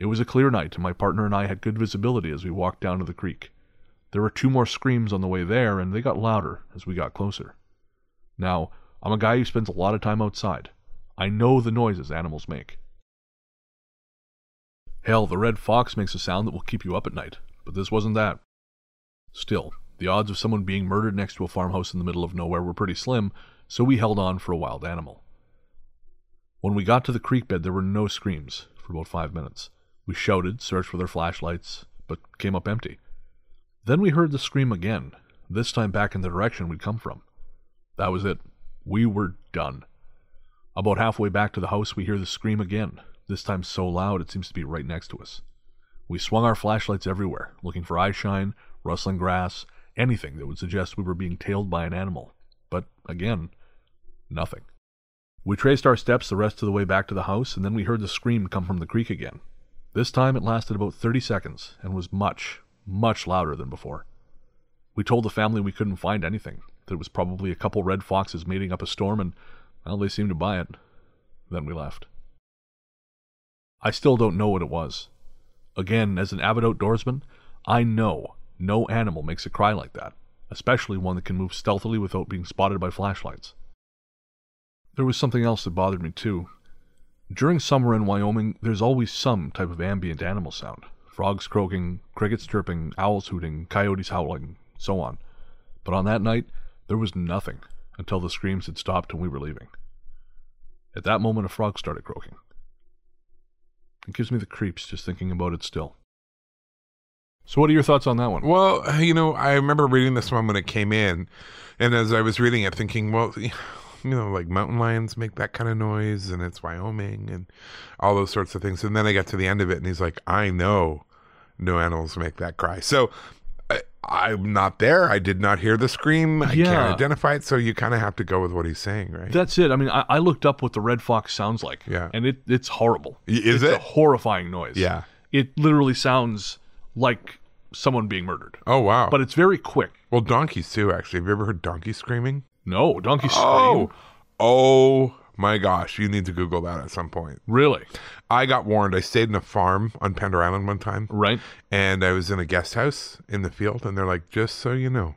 [SPEAKER 1] It was a clear night, and my partner and I had good visibility as we walked down to the creek. There were two more screams on the way there, and they got louder as we got closer. Now, I'm a guy who spends a lot of time outside. I know the noises animals make. Hell, the red fox makes a sound that will keep you up at night, but this wasn't that. Still, the odds of someone being murdered next to a farmhouse in the middle of nowhere were pretty slim, so we held on for a wild animal. When we got to the creek bed, there were no screams for about five minutes. We shouted, searched with our flashlights, but came up empty. Then we heard the scream again, this time back in the direction we'd come from. That was it. We were done. About halfway back to the house, we hear the scream again, this time so loud it seems to be right next to us. We swung our flashlights everywhere, looking for eyeshine, rustling grass, anything that would suggest we were being tailed by an animal. But again, nothing. We traced our steps the rest of the way back to the house, and then we heard the scream come from the creek again. This time it lasted about 30 seconds and was much, much louder than before. We told the family we couldn't find anything, that it was probably a couple red foxes mating up a storm, and, well, they seemed to buy it. Then we left. I still don't know what it was. Again, as an avid outdoorsman, I know no animal makes a cry like that, especially one that can move stealthily without being spotted by flashlights. There was something else that bothered me, too. During summer in Wyoming, there's always some type of ambient animal sound frogs croaking, crickets chirping, owls hooting, coyotes howling, so on. But on that night, there was nothing until the screams had stopped and we were leaving. At that moment, a frog started croaking. It gives me the creeps just thinking about it still. So, what are your thoughts on that one?
[SPEAKER 2] Well, you know, I remember reading this one when it came in, and as I was reading it, thinking, well, you know, like mountain lions make that kind of noise, and it's Wyoming, and all those sorts of things. And then I got to the end of it, and he's like, I know no animals make that cry. So I, I'm not there. I did not hear the scream. I
[SPEAKER 1] Yeah.
[SPEAKER 2] can't identify it. So you kind of have to go with what he's saying, right?
[SPEAKER 1] That's it. I mean, I, I looked up what the red fox sounds like.
[SPEAKER 2] Yeah.
[SPEAKER 1] And it, it's horrible.
[SPEAKER 2] Y- is
[SPEAKER 1] it's a
[SPEAKER 2] it?
[SPEAKER 1] horrifying noise.
[SPEAKER 2] Yeah.
[SPEAKER 1] It literally sounds like someone being murdered.
[SPEAKER 2] oh, wow.
[SPEAKER 1] But it's very quick.
[SPEAKER 2] well, donkeys, too, actually. Have you ever heard donkeys screaming?
[SPEAKER 1] No, donkey scream.
[SPEAKER 2] Oh, oh my gosh. You need to Google that at some point.
[SPEAKER 1] Really?
[SPEAKER 2] I got warned. I stayed in a farm on Pender Island one time,
[SPEAKER 1] Right?
[SPEAKER 2] and I was in a guest house in the field, and they're like, "Just so you know,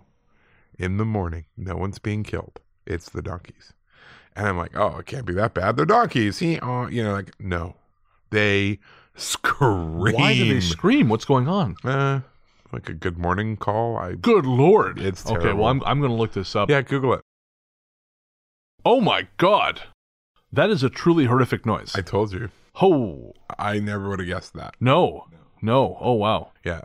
[SPEAKER 2] in the morning, no one's being killed. It's the donkeys." uh, And I'm like, "Oh, it can't be that bad. They're donkeys." He, you know, like, no, they Scream.
[SPEAKER 1] Why do they scream? What's going on?
[SPEAKER 2] Uh, like a good morning call. I
[SPEAKER 1] Good lord.
[SPEAKER 2] It's
[SPEAKER 1] Okay,
[SPEAKER 2] terrible.
[SPEAKER 1] well, I'm, I'm going to look this up.
[SPEAKER 2] yeah, Google it.
[SPEAKER 1] Oh my god. That is a truly horrific noise.
[SPEAKER 2] I told you.
[SPEAKER 1] oh,
[SPEAKER 2] I never would have guessed that.
[SPEAKER 1] no. No. Oh, wow.
[SPEAKER 2] Yeah.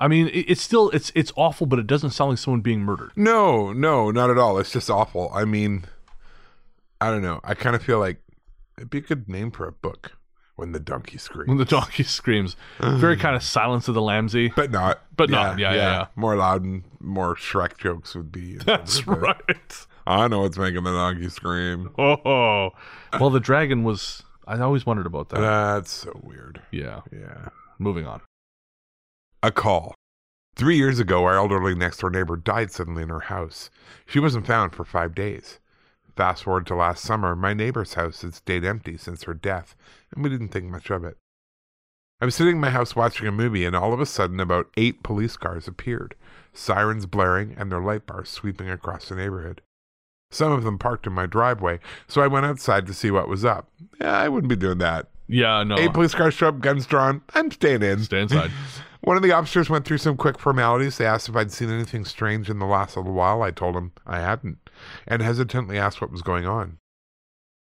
[SPEAKER 1] I mean, it, it's still, it's it's awful, but it doesn't sound like someone being murdered.
[SPEAKER 2] No, no, not at all. It's just awful. I mean, I don't know. I kind of feel like it'd be a good name for a book when the donkey screams.
[SPEAKER 1] When the donkey screams. Very
[SPEAKER 2] Uh-huh.
[SPEAKER 1] kind of silence of the lambsy.
[SPEAKER 2] but not.
[SPEAKER 1] But not. Yeah, yeah, yeah.
[SPEAKER 2] More loud and more Shrek jokes would be.
[SPEAKER 1] That's
[SPEAKER 2] appropriate.
[SPEAKER 1] right.
[SPEAKER 2] I know what's making the donkey scream.
[SPEAKER 1] Oh. Well, the dragon was. I always wondered about that.
[SPEAKER 2] That's so weird.
[SPEAKER 1] yeah.
[SPEAKER 2] Yeah.
[SPEAKER 1] Moving on.
[SPEAKER 2] A call. Three years ago, our elderly next door neighbor died suddenly in her house. She wasn't found for five days. Fast forward to last summer, my neighbor's house had stayed empty since her death, and we didn't think much of it. I was sitting in my house watching a movie, and all of a sudden, about eight police cars appeared, sirens blaring and their light bars sweeping across the neighborhood. Some of them parked in my driveway, so I went outside to see what was up. Yeah, I wouldn't be doing that.
[SPEAKER 1] Yeah, no.
[SPEAKER 2] Eight police cars show up, guns drawn. I'm staying in.
[SPEAKER 1] Stay inside.
[SPEAKER 2] One of the officers went through some quick formalities. They asked if I'd seen anything strange in the last little while. I told him I hadn't, and hesitantly asked what was going on.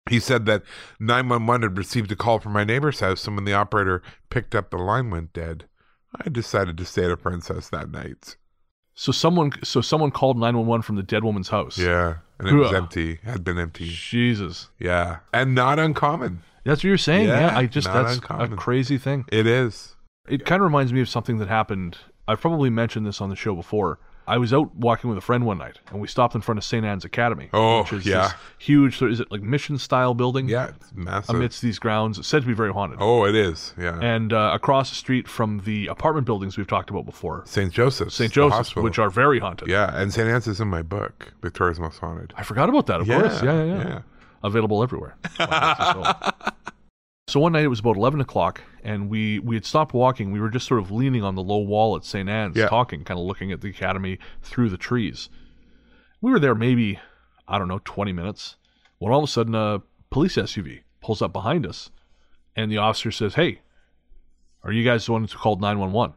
[SPEAKER 2] He said that 911 had received a call from my neighbor's house, and when the operator picked up, the line went dead. I decided to stay at a friend's house that night.
[SPEAKER 1] So someone so someone called 911 from the dead woman's house.
[SPEAKER 2] Yeah, and it was
[SPEAKER 1] Yeah.
[SPEAKER 2] empty. Had been empty.
[SPEAKER 1] Jesus.
[SPEAKER 2] Yeah, and not uncommon.
[SPEAKER 1] That's what you're saying. Yeah,
[SPEAKER 2] Yeah,
[SPEAKER 1] I just
[SPEAKER 2] not
[SPEAKER 1] that's a
[SPEAKER 2] uncommon.
[SPEAKER 1] crazy thing.
[SPEAKER 2] It is.
[SPEAKER 1] It kind of reminds me of something that happened. I've probably mentioned this on the show before. I was out walking with a friend one night, and we stopped in front of St. Anne's Academy.
[SPEAKER 2] Oh,
[SPEAKER 1] which is
[SPEAKER 2] yeah.
[SPEAKER 1] this huge. So is it like mission style building?
[SPEAKER 2] Yeah, it's massive.
[SPEAKER 1] amidst these grounds, it's said to be very haunted.
[SPEAKER 2] oh, it is. Yeah,
[SPEAKER 1] And uh, across the street from the apartment buildings we've talked about before,
[SPEAKER 2] St. Joseph's.
[SPEAKER 1] St.
[SPEAKER 2] the
[SPEAKER 1] Joseph's,
[SPEAKER 2] hospital.
[SPEAKER 1] which are very haunted.
[SPEAKER 2] Yeah, and St. Anne's is in my book, Victoria's Most Haunted.
[SPEAKER 1] I forgot about that, of course. Yeah, yeah, yeah. Available everywhere. Wow, this is so- so one night it was about 11 o'clock, and we, we had stopped walking. We were just sort of leaning on the low wall at St. Anne's,
[SPEAKER 2] Yeah.
[SPEAKER 1] talking, kind of looking at the academy through the trees. We were there maybe, I don't know, 20 minutes, when all of a sudden a police SUV pulls up behind us, and the officer says, Hey, are you guys the ones who called 911?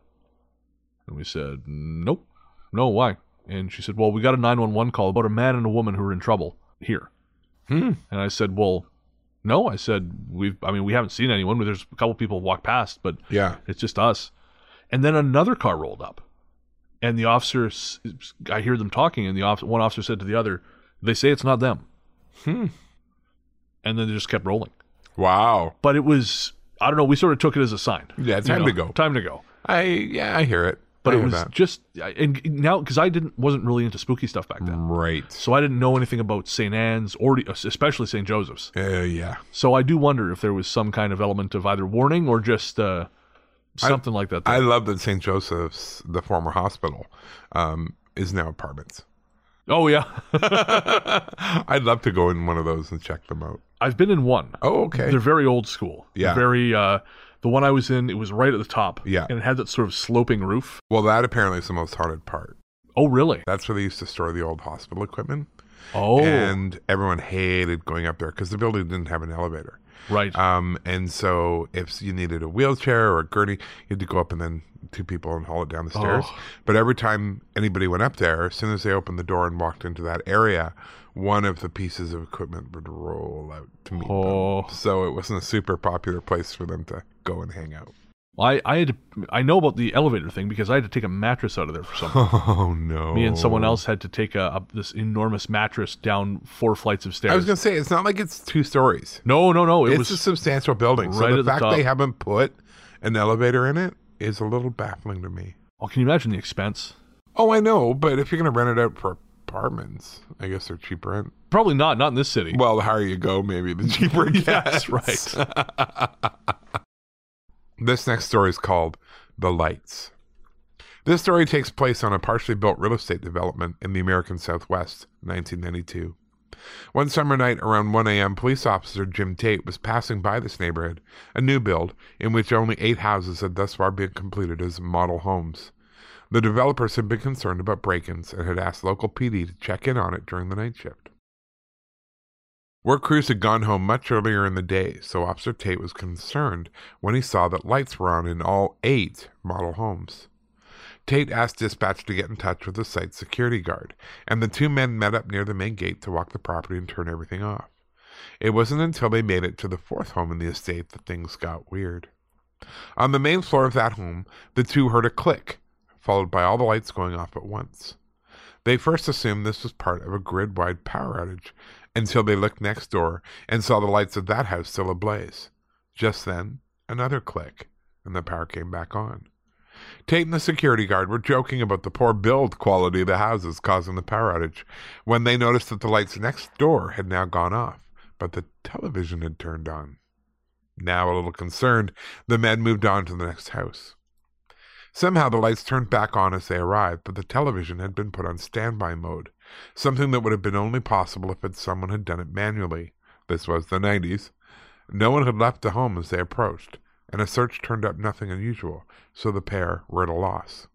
[SPEAKER 1] And we said, Nope. No, why? And she said, Well, we got a 911 call about a man and a woman who were in trouble here. And I said, Well, no. I said, We've, I mean, we haven't seen anyone. There's a couple people walk past, but
[SPEAKER 2] Yeah.
[SPEAKER 1] it's just us. And then another car rolled up. And the officer, s- I hear them talking, and the off, one officer said to the other, They say it's not them.
[SPEAKER 2] Hmm.
[SPEAKER 1] And then they just kept rolling.
[SPEAKER 2] Wow.
[SPEAKER 1] But it was, I don't know, we sort of took it as a sign.
[SPEAKER 2] Yeah,
[SPEAKER 1] You
[SPEAKER 2] time to go.
[SPEAKER 1] Time to go.
[SPEAKER 2] I yeah, I hear it.
[SPEAKER 1] But
[SPEAKER 2] I
[SPEAKER 1] it
[SPEAKER 2] hear
[SPEAKER 1] was
[SPEAKER 2] that.
[SPEAKER 1] just I- and now because I didn't wasn't really into spooky stuff back
[SPEAKER 2] Mm.
[SPEAKER 1] then,
[SPEAKER 2] right.
[SPEAKER 1] so I didn't know anything about St. Anne's or especially St. Joseph's.
[SPEAKER 2] Uh, yeah.
[SPEAKER 1] So I do wonder if there was some kind of element of either warning or just uh, something like that.
[SPEAKER 2] I love that St. Joseph's, the former hospital, um, is now apartments.
[SPEAKER 1] oh yeah,
[SPEAKER 2] I'd love to go in one of those and check them out.
[SPEAKER 1] I've been in one.
[SPEAKER 2] Oh, okay.
[SPEAKER 1] They're very old school.
[SPEAKER 2] Yeah.
[SPEAKER 1] very. Uh, the one I was in, it was right at the top.
[SPEAKER 2] Yeah.
[SPEAKER 1] and it had that sort of sloping roof.
[SPEAKER 2] Well, that apparently is the most haunted part.
[SPEAKER 1] Oh really?
[SPEAKER 2] That's where they used to store the old hospital equipment,
[SPEAKER 1] Oh
[SPEAKER 2] and everyone hated going up there because the building didn't have an elevator.
[SPEAKER 1] right.
[SPEAKER 2] Um, and so if you needed a wheelchair or a gurney, you had to go up and then two people and haul it down the stairs.
[SPEAKER 1] Oh.
[SPEAKER 2] But every time anybody went up there, as soon as they opened the door and walked into that area, one of the pieces of equipment would roll out to meet
[SPEAKER 1] Oh.
[SPEAKER 2] them. So it wasn't a super popular place for them to go and hang out.
[SPEAKER 1] I I had to, I know about the elevator thing because I had to take a mattress out of there for something.
[SPEAKER 2] Oh no!
[SPEAKER 1] Me and someone else had to take a, a this enormous mattress down four flights of stairs.
[SPEAKER 2] I was gonna say it's not like it's two stories.
[SPEAKER 1] no, no, no. It
[SPEAKER 2] it's
[SPEAKER 1] was
[SPEAKER 2] a substantial building.
[SPEAKER 1] right
[SPEAKER 2] so
[SPEAKER 1] at
[SPEAKER 2] the
[SPEAKER 1] the
[SPEAKER 2] fact
[SPEAKER 1] top.
[SPEAKER 2] they haven't put an elevator in it is a little baffling to me.
[SPEAKER 1] Oh, can you imagine the expense?
[SPEAKER 2] Oh, I know, but if you're gonna rent it out for apartments, I guess they're cheaper. In,
[SPEAKER 1] Probably not. Not in this city.
[SPEAKER 2] well, the higher you go, maybe the cheaper it gets.
[SPEAKER 1] That's right.
[SPEAKER 2] This next story is called "The Lights." This story takes place on a partially built real estate development in the American Southwest, 1992. One summer night around 1 a.m., police officer Jim Tate was passing by this neighborhood, a new build in which only eight houses had thus far been completed as model homes. The developers had been concerned about break ins and had asked local PD to check in on it during the night shift. Work crews had gone home much earlier in the day, so Officer Tate was concerned when he saw that lights were on in all eight model homes. Tate asked dispatch to get in touch with the site's security guard, and the two men met up near the main gate to walk the property and turn everything off. It wasn't until they made it to the fourth home in the estate that things got weird. On the main floor of that home, the two heard a click, followed by all the lights going off at once. They first assumed this was part of a grid wide power outage until they looked next door and saw the lights of that house still ablaze. Just then, another click, and the power came back on. Tate and the security guard were joking about the poor build quality of the houses causing the power outage when they noticed that the lights next door had now gone off, but the television had turned on. Now a little concerned, the men moved on to the next house. Somehow the lights turned back on as they arrived, but the television had been put on standby mode, something that would have been only possible if it, someone had done it manually. This was the 90s. No one had left the home as they approached, and a search turned up nothing unusual, so the pair were at a loss.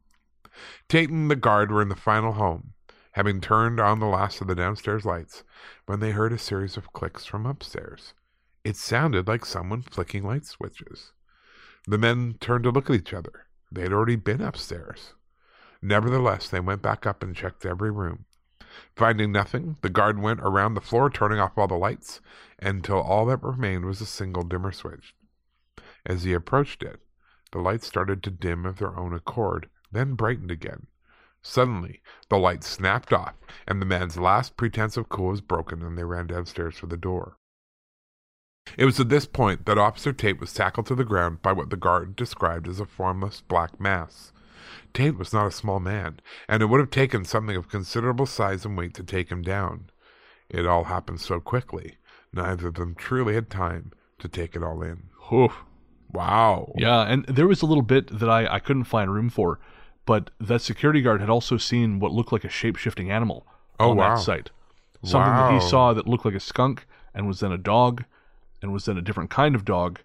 [SPEAKER 2] Tate and the guard were in the final home, having turned on the last of the downstairs lights, when they heard a series of clicks from upstairs. It sounded like someone flicking light switches. The men turned to look at each other. They had already been upstairs. Nevertheless, they went back up and checked every room. Finding nothing, the guard went around the floor, turning off all the lights until all that remained was a single dimmer switch. As he approached it, the lights started to dim of their own accord, then brightened again. Suddenly, the light snapped off, and the man's last pretense of cool was broken, and they ran downstairs for the door. It was at this point that Officer Tate was tackled to the ground by what the guard described as a formless black mass. Tate was not a small man, and it would have taken something of considerable size and weight to take him down. It all happened so quickly, neither of them truly had time to take it all in. Oof. Wow.
[SPEAKER 1] Yeah, and there was a little bit that I, I couldn't find room for, but that security guard had also seen what looked like a shape shifting animal
[SPEAKER 2] Oh,
[SPEAKER 1] on
[SPEAKER 2] wow.
[SPEAKER 1] that site. Something that
[SPEAKER 2] Wow.
[SPEAKER 1] he saw that looked like a skunk and was then a dog and was then a different kind of dog.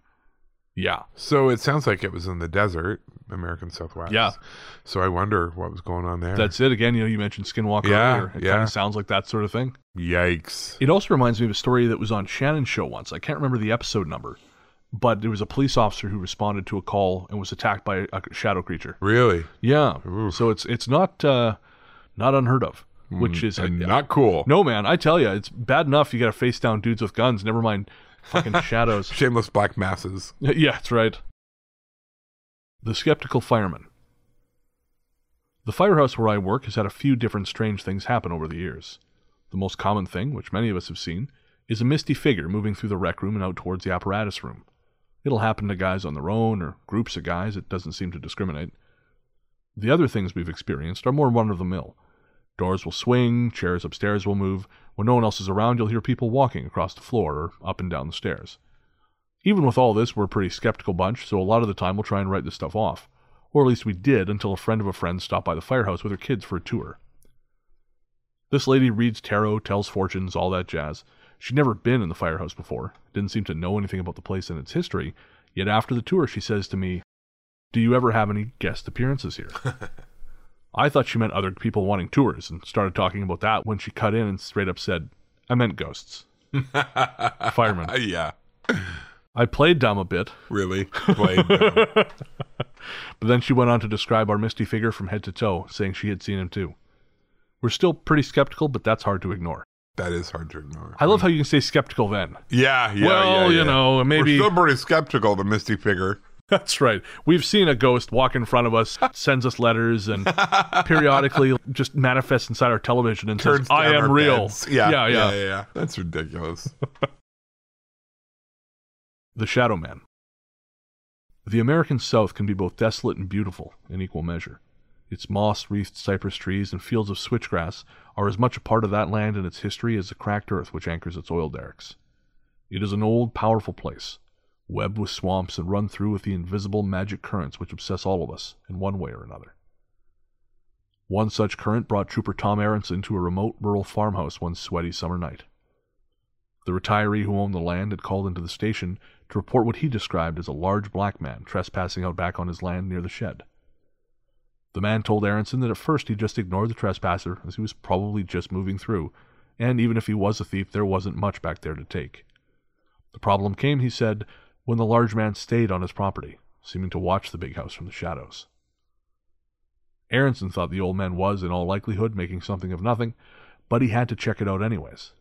[SPEAKER 1] Yeah.
[SPEAKER 2] So it sounds like it was in the desert, American Southwest.
[SPEAKER 1] Yeah.
[SPEAKER 2] So I wonder what was going on there.
[SPEAKER 1] That's it. Again, you know, you mentioned Skinwalker
[SPEAKER 2] Yeah,
[SPEAKER 1] earlier. It kind
[SPEAKER 2] yeah.
[SPEAKER 1] of sounds like that sort of thing.
[SPEAKER 2] yikes.
[SPEAKER 1] It also reminds me of a story that was on Shannon's show once. I can't remember the episode number, but there was a police officer who responded to a call and was attacked by a shadow creature.
[SPEAKER 2] Really?
[SPEAKER 1] Yeah. So it's it's not uh, not unheard of, which is
[SPEAKER 2] Mm, And not cool.
[SPEAKER 1] no man. I tell you, it's bad enough you got to face down dudes with guns. Never mind fucking shadows.
[SPEAKER 2] Shameless black masses.
[SPEAKER 1] Yeah, that's right. The Skeptical Fireman. The firehouse where I work has had a few different strange things happen over the years. The most common thing, which many of us have seen, is a misty figure moving through the rec room and out towards the apparatus room. It'll happen to guys on their own or groups of guys, it doesn't seem to discriminate. The other things we've experienced are more run of the mill. Doors will swing, chairs upstairs will move. When no one else is around, you'll hear people walking across the floor or up and down the stairs. Even with all this, we're a pretty skeptical bunch, so a lot of the time we'll try and write this stuff off. Or at least we did until a friend of a friend stopped by the firehouse with her kids for a tour. This lady reads tarot, tells fortunes, all that jazz. She'd never been in the firehouse before, didn't seem to know anything about the place and its history, yet after the tour she says to me, Do you ever have any guest appearances here? I thought she meant other people wanting tours and started talking about that when she cut in and straight up said, I meant ghosts. Fireman.
[SPEAKER 2] Uh, yeah.
[SPEAKER 1] I played dumb a bit,
[SPEAKER 2] Really? Played dumb.
[SPEAKER 1] But then she went on to describe our misty figure from head to toe, saying she had seen him too. We're still pretty skeptical, but that's hard to ignore.
[SPEAKER 2] that is hard to ignore.
[SPEAKER 1] I love how you can say skeptical then.
[SPEAKER 2] Yeah, yeah.
[SPEAKER 1] Well,
[SPEAKER 2] yeah,
[SPEAKER 1] you
[SPEAKER 2] yeah.
[SPEAKER 1] know, maybe-
[SPEAKER 2] We're still pretty skeptical of the Misty figure.
[SPEAKER 1] That's right. We've seen a ghost walk in front of us, sends us letters, and periodically just manifests inside our television and says,
[SPEAKER 2] Turns
[SPEAKER 1] I
[SPEAKER 2] down
[SPEAKER 1] am
[SPEAKER 2] our
[SPEAKER 1] real.
[SPEAKER 2] beds. Yeah,
[SPEAKER 1] yeah, yeah.
[SPEAKER 2] yeah, yeah. That's ridiculous.
[SPEAKER 1] The Shadow Man. The American South can be both desolate and beautiful in equal measure. Its moss wreathed cypress trees and fields of switchgrass are as much a part of that land and its history as the cracked earth which anchors its oil derricks. It is an old, powerful place, webbed with swamps and run through with the invisible magic currents which obsess all of us in one way or another. One such current brought Trooper Tom Aronson to a remote rural farmhouse one sweaty summer night. The retiree who owned the land had called into the station to report what he described as a large black man trespassing out back on his land near the shed. The man told Aronson that at first he just ignored the trespasser as he was probably just moving through, and even if he was a thief, there wasn't much back there to take. The problem came, he said, when the large man stayed on his property, seeming to watch the big house from the shadows. Aronson thought the old man was, in all likelihood, making something of nothing, but he had to check it out anyways.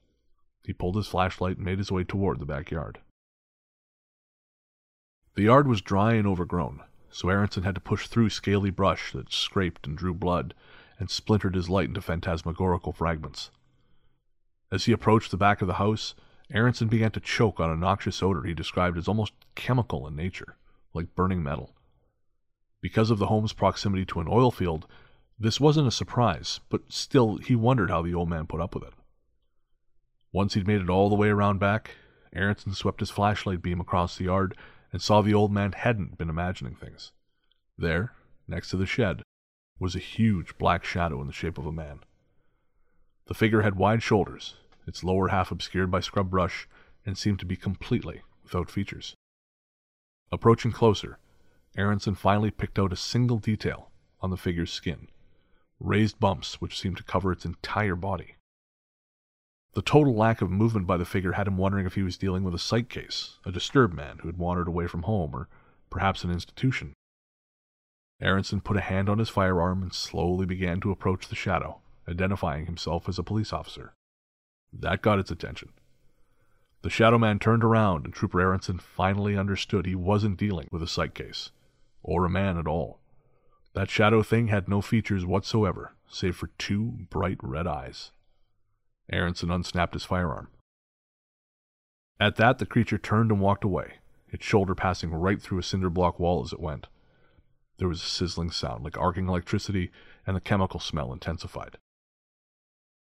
[SPEAKER 1] He pulled his flashlight and made his way toward the backyard. The yard was dry and overgrown, so Aronson had to push through scaly brush that scraped and drew blood and splintered his light into phantasmagorical fragments. As he approached the back of the house, Aronson began to choke on a noxious odor he described as almost chemical in nature, like burning metal. Because of the home's proximity to an oil field, this wasn't a surprise, but still he wondered how the old man put up with it. Once he'd made it all the way around back, Aronson swept his flashlight beam across the yard and saw the old man hadn't been imagining things. There, next to the shed, was a huge black shadow in the shape of a man. The figure had wide shoulders, its lower half obscured by scrub brush, and seemed to be completely without features. Approaching closer, Aronson finally picked out a single detail on the figure's skin raised bumps which seemed to cover its entire body. The total lack of movement by the figure had him wondering if he was dealing with a psych case, a disturbed man who had wandered away from home, or perhaps an institution. Aronson put a hand on his firearm and slowly began to approach the shadow, identifying himself as a police officer. That got its attention. The shadow man turned around, and Trooper Aronson finally understood he wasn't dealing with a psych case, or a man at all. That shadow thing had no features whatsoever, save for two bright red eyes. Aronson unsnapped his firearm. At that, the creature turned and walked away, its shoulder passing right through a cinder block wall as it went. There was a sizzling sound, like arcing electricity, and the chemical smell intensified.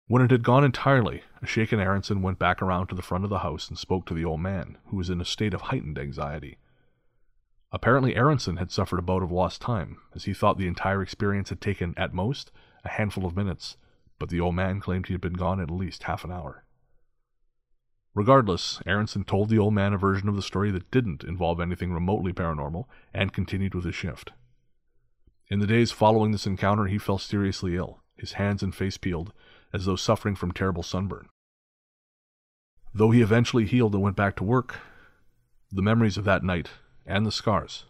[SPEAKER 1] When it had gone entirely, a shaken Aronson went back around to the front of the house and spoke to the old man, who was in a state of heightened anxiety. Apparently, Aronson had suffered a bout of lost time, as he thought the entire experience had taken, at most, a handful of minutes, but the old man claimed he had been gone at least half an hour. Regardless, Aronson told the old man a version of the story that didn't involve anything remotely paranormal and continued with his shift. In the days following this encounter, he fell seriously ill, his hands and face peeled, as though suffering from terrible sunburn. Though he eventually healed and went back to work, the memories of that night and the scars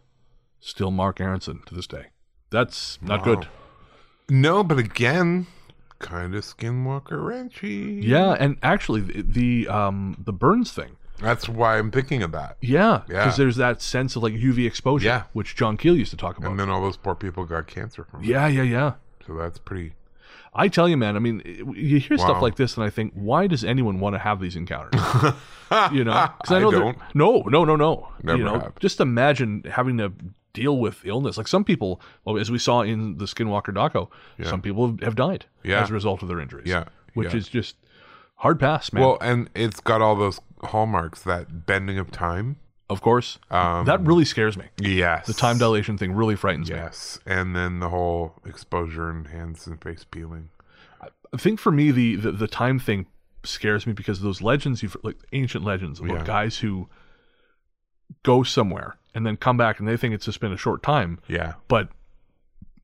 [SPEAKER 1] still mark Aronson to this day. That's not
[SPEAKER 2] Wow.
[SPEAKER 1] good.
[SPEAKER 2] No, but again, kind of Skinwalker Ranchy.
[SPEAKER 1] Yeah, and actually, the, the um the Burns thing.
[SPEAKER 2] That's why I'm thinking of that.
[SPEAKER 1] Yeah,
[SPEAKER 2] Yeah.
[SPEAKER 1] because there's that sense of like UV exposure,
[SPEAKER 2] Yeah.
[SPEAKER 1] which John Keel used to talk about.
[SPEAKER 2] And then all those poor people got cancer from it.
[SPEAKER 1] yeah, yeah, yeah.
[SPEAKER 2] So that's pretty.
[SPEAKER 1] I tell you, man. I mean, it- you hear
[SPEAKER 2] Wow.
[SPEAKER 1] stuff like this, and I think, why does anyone want to have these encounters? you know, 'Cause
[SPEAKER 2] I
[SPEAKER 1] know they're-
[SPEAKER 2] don't.
[SPEAKER 1] No, no, no, no.
[SPEAKER 2] Never
[SPEAKER 1] you know,
[SPEAKER 2] have.
[SPEAKER 1] just imagine having to deal with illness. Like some people, well, as we saw in the Skinwalker Doco, some people have- have died
[SPEAKER 2] Yeah.
[SPEAKER 1] as a result of their injuries.
[SPEAKER 2] Yeah,
[SPEAKER 1] which
[SPEAKER 2] yeah.
[SPEAKER 1] is just hard pass, man.
[SPEAKER 2] Well, and it's got all those hallmarks that bending of time.
[SPEAKER 1] of course,
[SPEAKER 2] Um,
[SPEAKER 1] that really scares me.
[SPEAKER 2] Yes.
[SPEAKER 1] The time dilation thing really frightens me.
[SPEAKER 2] Yes, and then the whole exposure and hands and face peeling.
[SPEAKER 1] I think for me the, the the time thing scares me because those legends you've like ancient legends about
[SPEAKER 2] Yeah.
[SPEAKER 1] guys who go somewhere and then come back and they think it's just been a short time,
[SPEAKER 2] Yeah.
[SPEAKER 1] but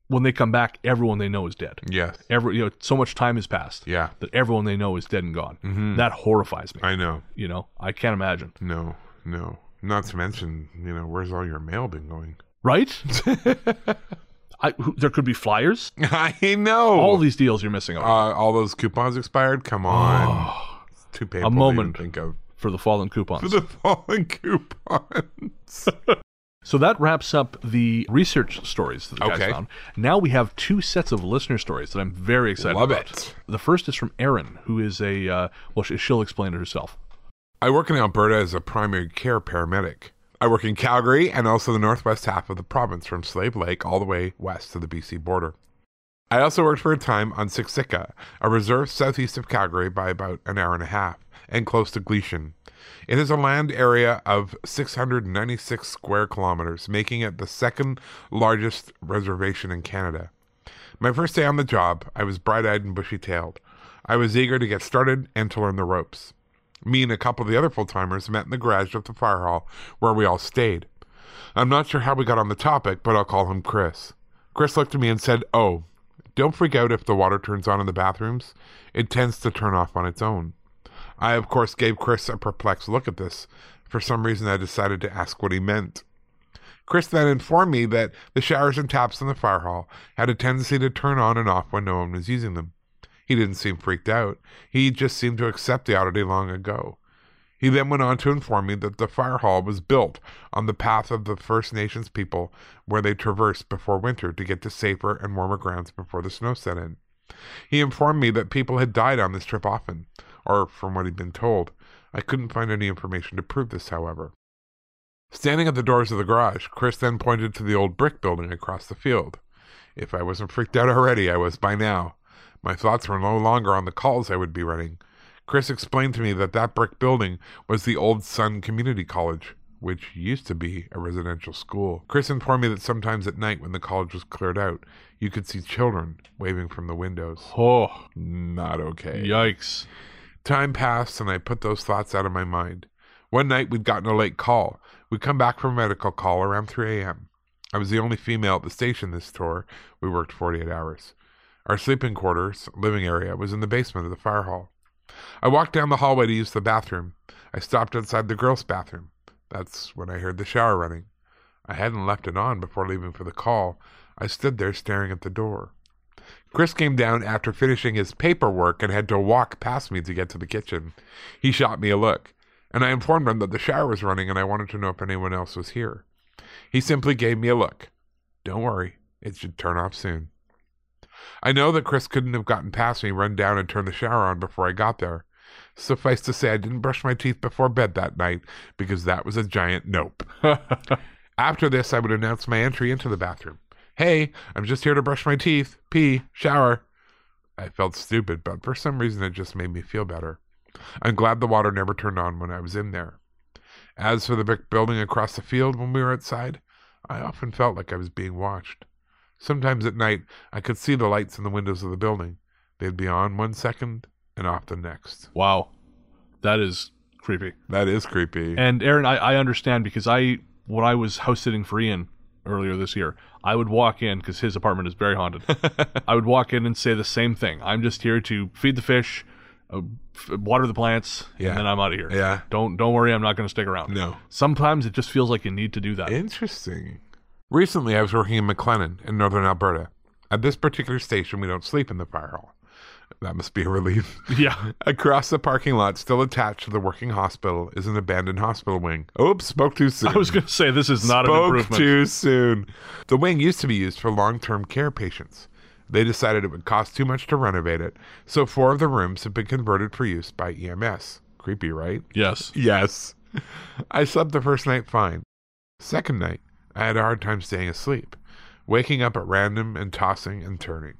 [SPEAKER 1] when they come back, everyone they know is dead.
[SPEAKER 2] Yes.
[SPEAKER 1] Every you know, so much time has passed.
[SPEAKER 2] Yeah. Mm-hmm.
[SPEAKER 1] That everyone they know is dead and gone. That horrifies me.
[SPEAKER 2] I know.
[SPEAKER 1] you know, I can't imagine.
[SPEAKER 2] No. No. Not to mention, you know, where's all your mail been going?
[SPEAKER 1] Right? I, who, there could be flyers.
[SPEAKER 2] I know.
[SPEAKER 1] All these deals you're missing out on
[SPEAKER 2] uh, all those coupons expired. Come on. it's too painful. to even
[SPEAKER 1] moment.
[SPEAKER 2] think of
[SPEAKER 1] for the fallen coupons.
[SPEAKER 2] for the fallen coupons.
[SPEAKER 1] So that wraps up the research stories that the
[SPEAKER 2] Okay.
[SPEAKER 1] guys found. Now we have two sets of listener stories that I'm very excited
[SPEAKER 2] Love
[SPEAKER 1] about.
[SPEAKER 2] it.
[SPEAKER 1] The first is from Erin, who is a uh, well, she, she'll explain it herself.
[SPEAKER 2] I work in Alberta as a primary care paramedic. I work in Calgary and also the northwest half of the province from Slave Lake all the way west to the BC border. I also worked for a time on Siksika, a reserve southeast of Calgary by about an hour and a half, and close to Gleason. It is a land area of 696 square kilometers, making it the second largest reservation in Canada. My first day on the job, I was bright eyed and bushy tailed. I was eager to get started and to learn the ropes. Me and a couple of the other full timers met in the garage of the fire hall where we all stayed. I'm not sure how we got on the topic, but I'll call him Chris. Chris looked at me and said, Oh, Don't freak out if the water turns on in the bathrooms. It tends to turn off on its own. I, of course, gave Chris a perplexed look at this. For some reason, I decided to ask what he meant. Chris then informed me that the showers and taps in the fire hall had a tendency to turn on and off when no one was using them. He didn't seem freaked out. He just seemed to accept the oddity long ago. He then went on to inform me that the fire hall was built on the path of the First Nations people where they traversed before winter to get to safer and warmer grounds before the snow set in. He informed me that people had died on this trip often, or from what he'd been told. I couldn't find any information to prove this, however. Standing at the doors of the garage, Chris then pointed to the old brick building across the field. If I wasn't freaked out already, I was by now. My thoughts were no longer on the calls I would be running. Chris explained to me that that brick building was the old Sun Community College, which used to be a residential school. Chris informed me that sometimes at night when the college was cleared out, you could see children waving from the windows.
[SPEAKER 1] Oh,
[SPEAKER 2] Not okay.
[SPEAKER 1] yikes.
[SPEAKER 2] Time passed and I put those thoughts out of my mind. One night we'd gotten a late call. We'd come back from a medical call around 3 a.m. I was the only female at the station this tour. We worked 48 hours. Our sleeping quarters, living area, was in the basement of the fire hall. I walked down the hallway to use the bathroom. I stopped outside the girls' bathroom. That's when I heard the shower running. I hadn't left it on before leaving for the call. I stood there staring at the door. Chris came down after finishing his paperwork and had to walk past me to get to the kitchen. He shot me a look, and I informed him that the shower was running and I wanted to know if anyone else was here. He simply gave me a look. Don't worry, it should turn off soon. I know that Chris couldn't have gotten past me, run down, and turned the shower on before I got there. Suffice to say, I didn't brush my teeth before bed that night because that was a giant nope. After this, I would announce my entry into the bathroom. Hey, I'm just here to brush my teeth, pee, shower. I felt stupid, but for some reason it just made me feel better. I'm glad the water never turned on when I was in there. As for the brick building across the field when we were outside, I often felt like I was being watched. Sometimes at night, I could see the lights in the windows of the building. They'd be on one second and off the next.
[SPEAKER 1] Wow. That is creepy.
[SPEAKER 2] That is creepy.
[SPEAKER 1] And Aaron, I, I understand because I when I was house sitting for Ian earlier this year, I would walk in because his apartment is very haunted. I would walk in and say the same thing. I'm just here to feed the fish, uh, f- water the plants,
[SPEAKER 2] Yeah.
[SPEAKER 1] and then I'm out of here.
[SPEAKER 2] Yeah.
[SPEAKER 1] Don't don't worry, I'm not going to stick around.
[SPEAKER 2] No.
[SPEAKER 1] Sometimes it just feels like you need to do that.
[SPEAKER 2] Interesting. Recently, I was working in McLennan in northern Alberta. At this particular station, we don't sleep in the fire hall. That must be a relief.
[SPEAKER 1] yeah.
[SPEAKER 2] Across the parking lot, still attached to the working hospital, is an abandoned hospital wing. Oops, spoke too soon.
[SPEAKER 1] I was going to say this is not an
[SPEAKER 2] spoke
[SPEAKER 1] improvement.
[SPEAKER 2] too soon. The wing used to be used for long-term care patients. They decided it would cost too much to renovate it, so four of the rooms have been converted for use by EMS. Creepy, right?
[SPEAKER 1] yes.
[SPEAKER 2] Yes. I slept the first night fine. Second night, I had a hard time staying asleep, waking up at random and tossing and turning.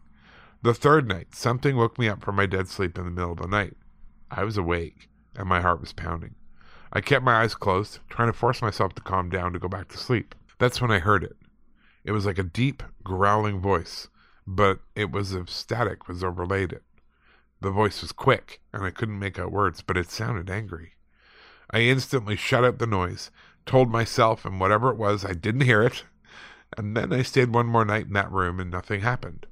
[SPEAKER 2] The third night, something woke me up from my dead sleep in the middle of the night. I was awake, and my heart was pounding. I kept my eyes closed, trying to force myself to calm down to go back to sleep. That's when I heard it. It was like a deep, growling voice, but it was if static was overlaid it. The voice was quick, and I couldn't make out words, but it sounded angry. I instantly shut out the noise, told myself and whatever it was I didn't hear it, and then I stayed one more night in that room and nothing happened.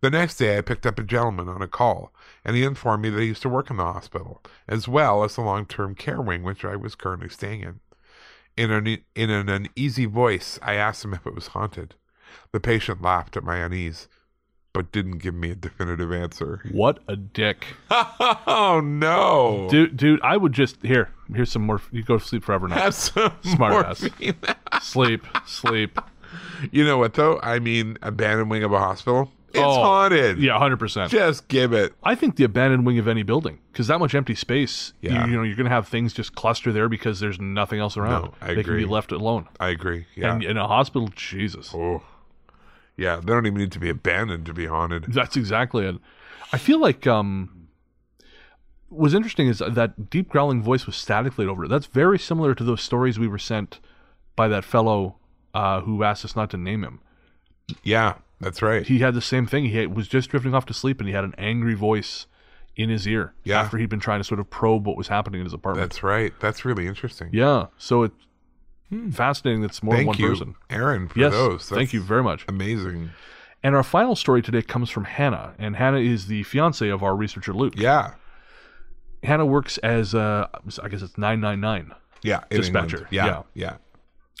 [SPEAKER 2] The next day, I picked up a gentleman on a call, and he informed me that he used to work in the hospital, as well as the long term care wing which I was currently staying in. In an, e, in an uneasy voice, I asked him if it was haunted. The patient laughed at my unease, but didn't give me a definitive answer.
[SPEAKER 1] What a dick.
[SPEAKER 2] oh no!
[SPEAKER 1] Dude, dude, I would just here. Here's some more. You go to sleep forever now.
[SPEAKER 2] Have some
[SPEAKER 1] Smart ass.
[SPEAKER 2] morphine.
[SPEAKER 1] sleep, sleep.
[SPEAKER 2] You know what though? I mean, abandoned wing of a hospital. It's
[SPEAKER 1] Oh,
[SPEAKER 2] haunted.
[SPEAKER 1] Yeah, hundred percent.
[SPEAKER 2] Just give it.
[SPEAKER 1] I think the abandoned wing of any building, because that much empty space, you-
[SPEAKER 2] Yeah.
[SPEAKER 1] you, know, you're going to have things just cluster there because there's nothing else around.
[SPEAKER 2] No, I
[SPEAKER 1] they can
[SPEAKER 2] agree.
[SPEAKER 1] be left alone.
[SPEAKER 2] I agree. Yeah.
[SPEAKER 1] And in a hospital, Jesus,
[SPEAKER 2] oh. Yeah. They don't even need to be abandoned to be haunted.
[SPEAKER 1] that's exactly it. I feel like um, what's interesting is that deep growling voice was static laid over it. That's very similar to those stories we were sent by that fellow uh, who asked us not to name him.
[SPEAKER 2] Yeah. That's right.
[SPEAKER 1] he had the same thing. He had- was just drifting off to sleep, and he had an angry voice in his ear.
[SPEAKER 2] Yeah.
[SPEAKER 1] After he'd been trying to sort of probe what was happening in his apartment.
[SPEAKER 2] That's right. That's really interesting.
[SPEAKER 1] yeah. So it's fascinating that it's more than
[SPEAKER 2] Hmm. Thank
[SPEAKER 1] one
[SPEAKER 2] you,
[SPEAKER 1] person.
[SPEAKER 2] Aaron, for
[SPEAKER 1] Yes.
[SPEAKER 2] those.
[SPEAKER 1] thank you
[SPEAKER 2] That's
[SPEAKER 1] very much.
[SPEAKER 2] Amazing.
[SPEAKER 1] And our final story today comes from Hannah, and Hannah is the fiance of our researcher Luke.
[SPEAKER 2] Yeah.
[SPEAKER 1] Hannah works as uh, I guess it's nine nine nine,
[SPEAKER 2] Yeah. in England.
[SPEAKER 1] Dispatcher,
[SPEAKER 2] Yeah,
[SPEAKER 1] yeah.
[SPEAKER 2] yeah.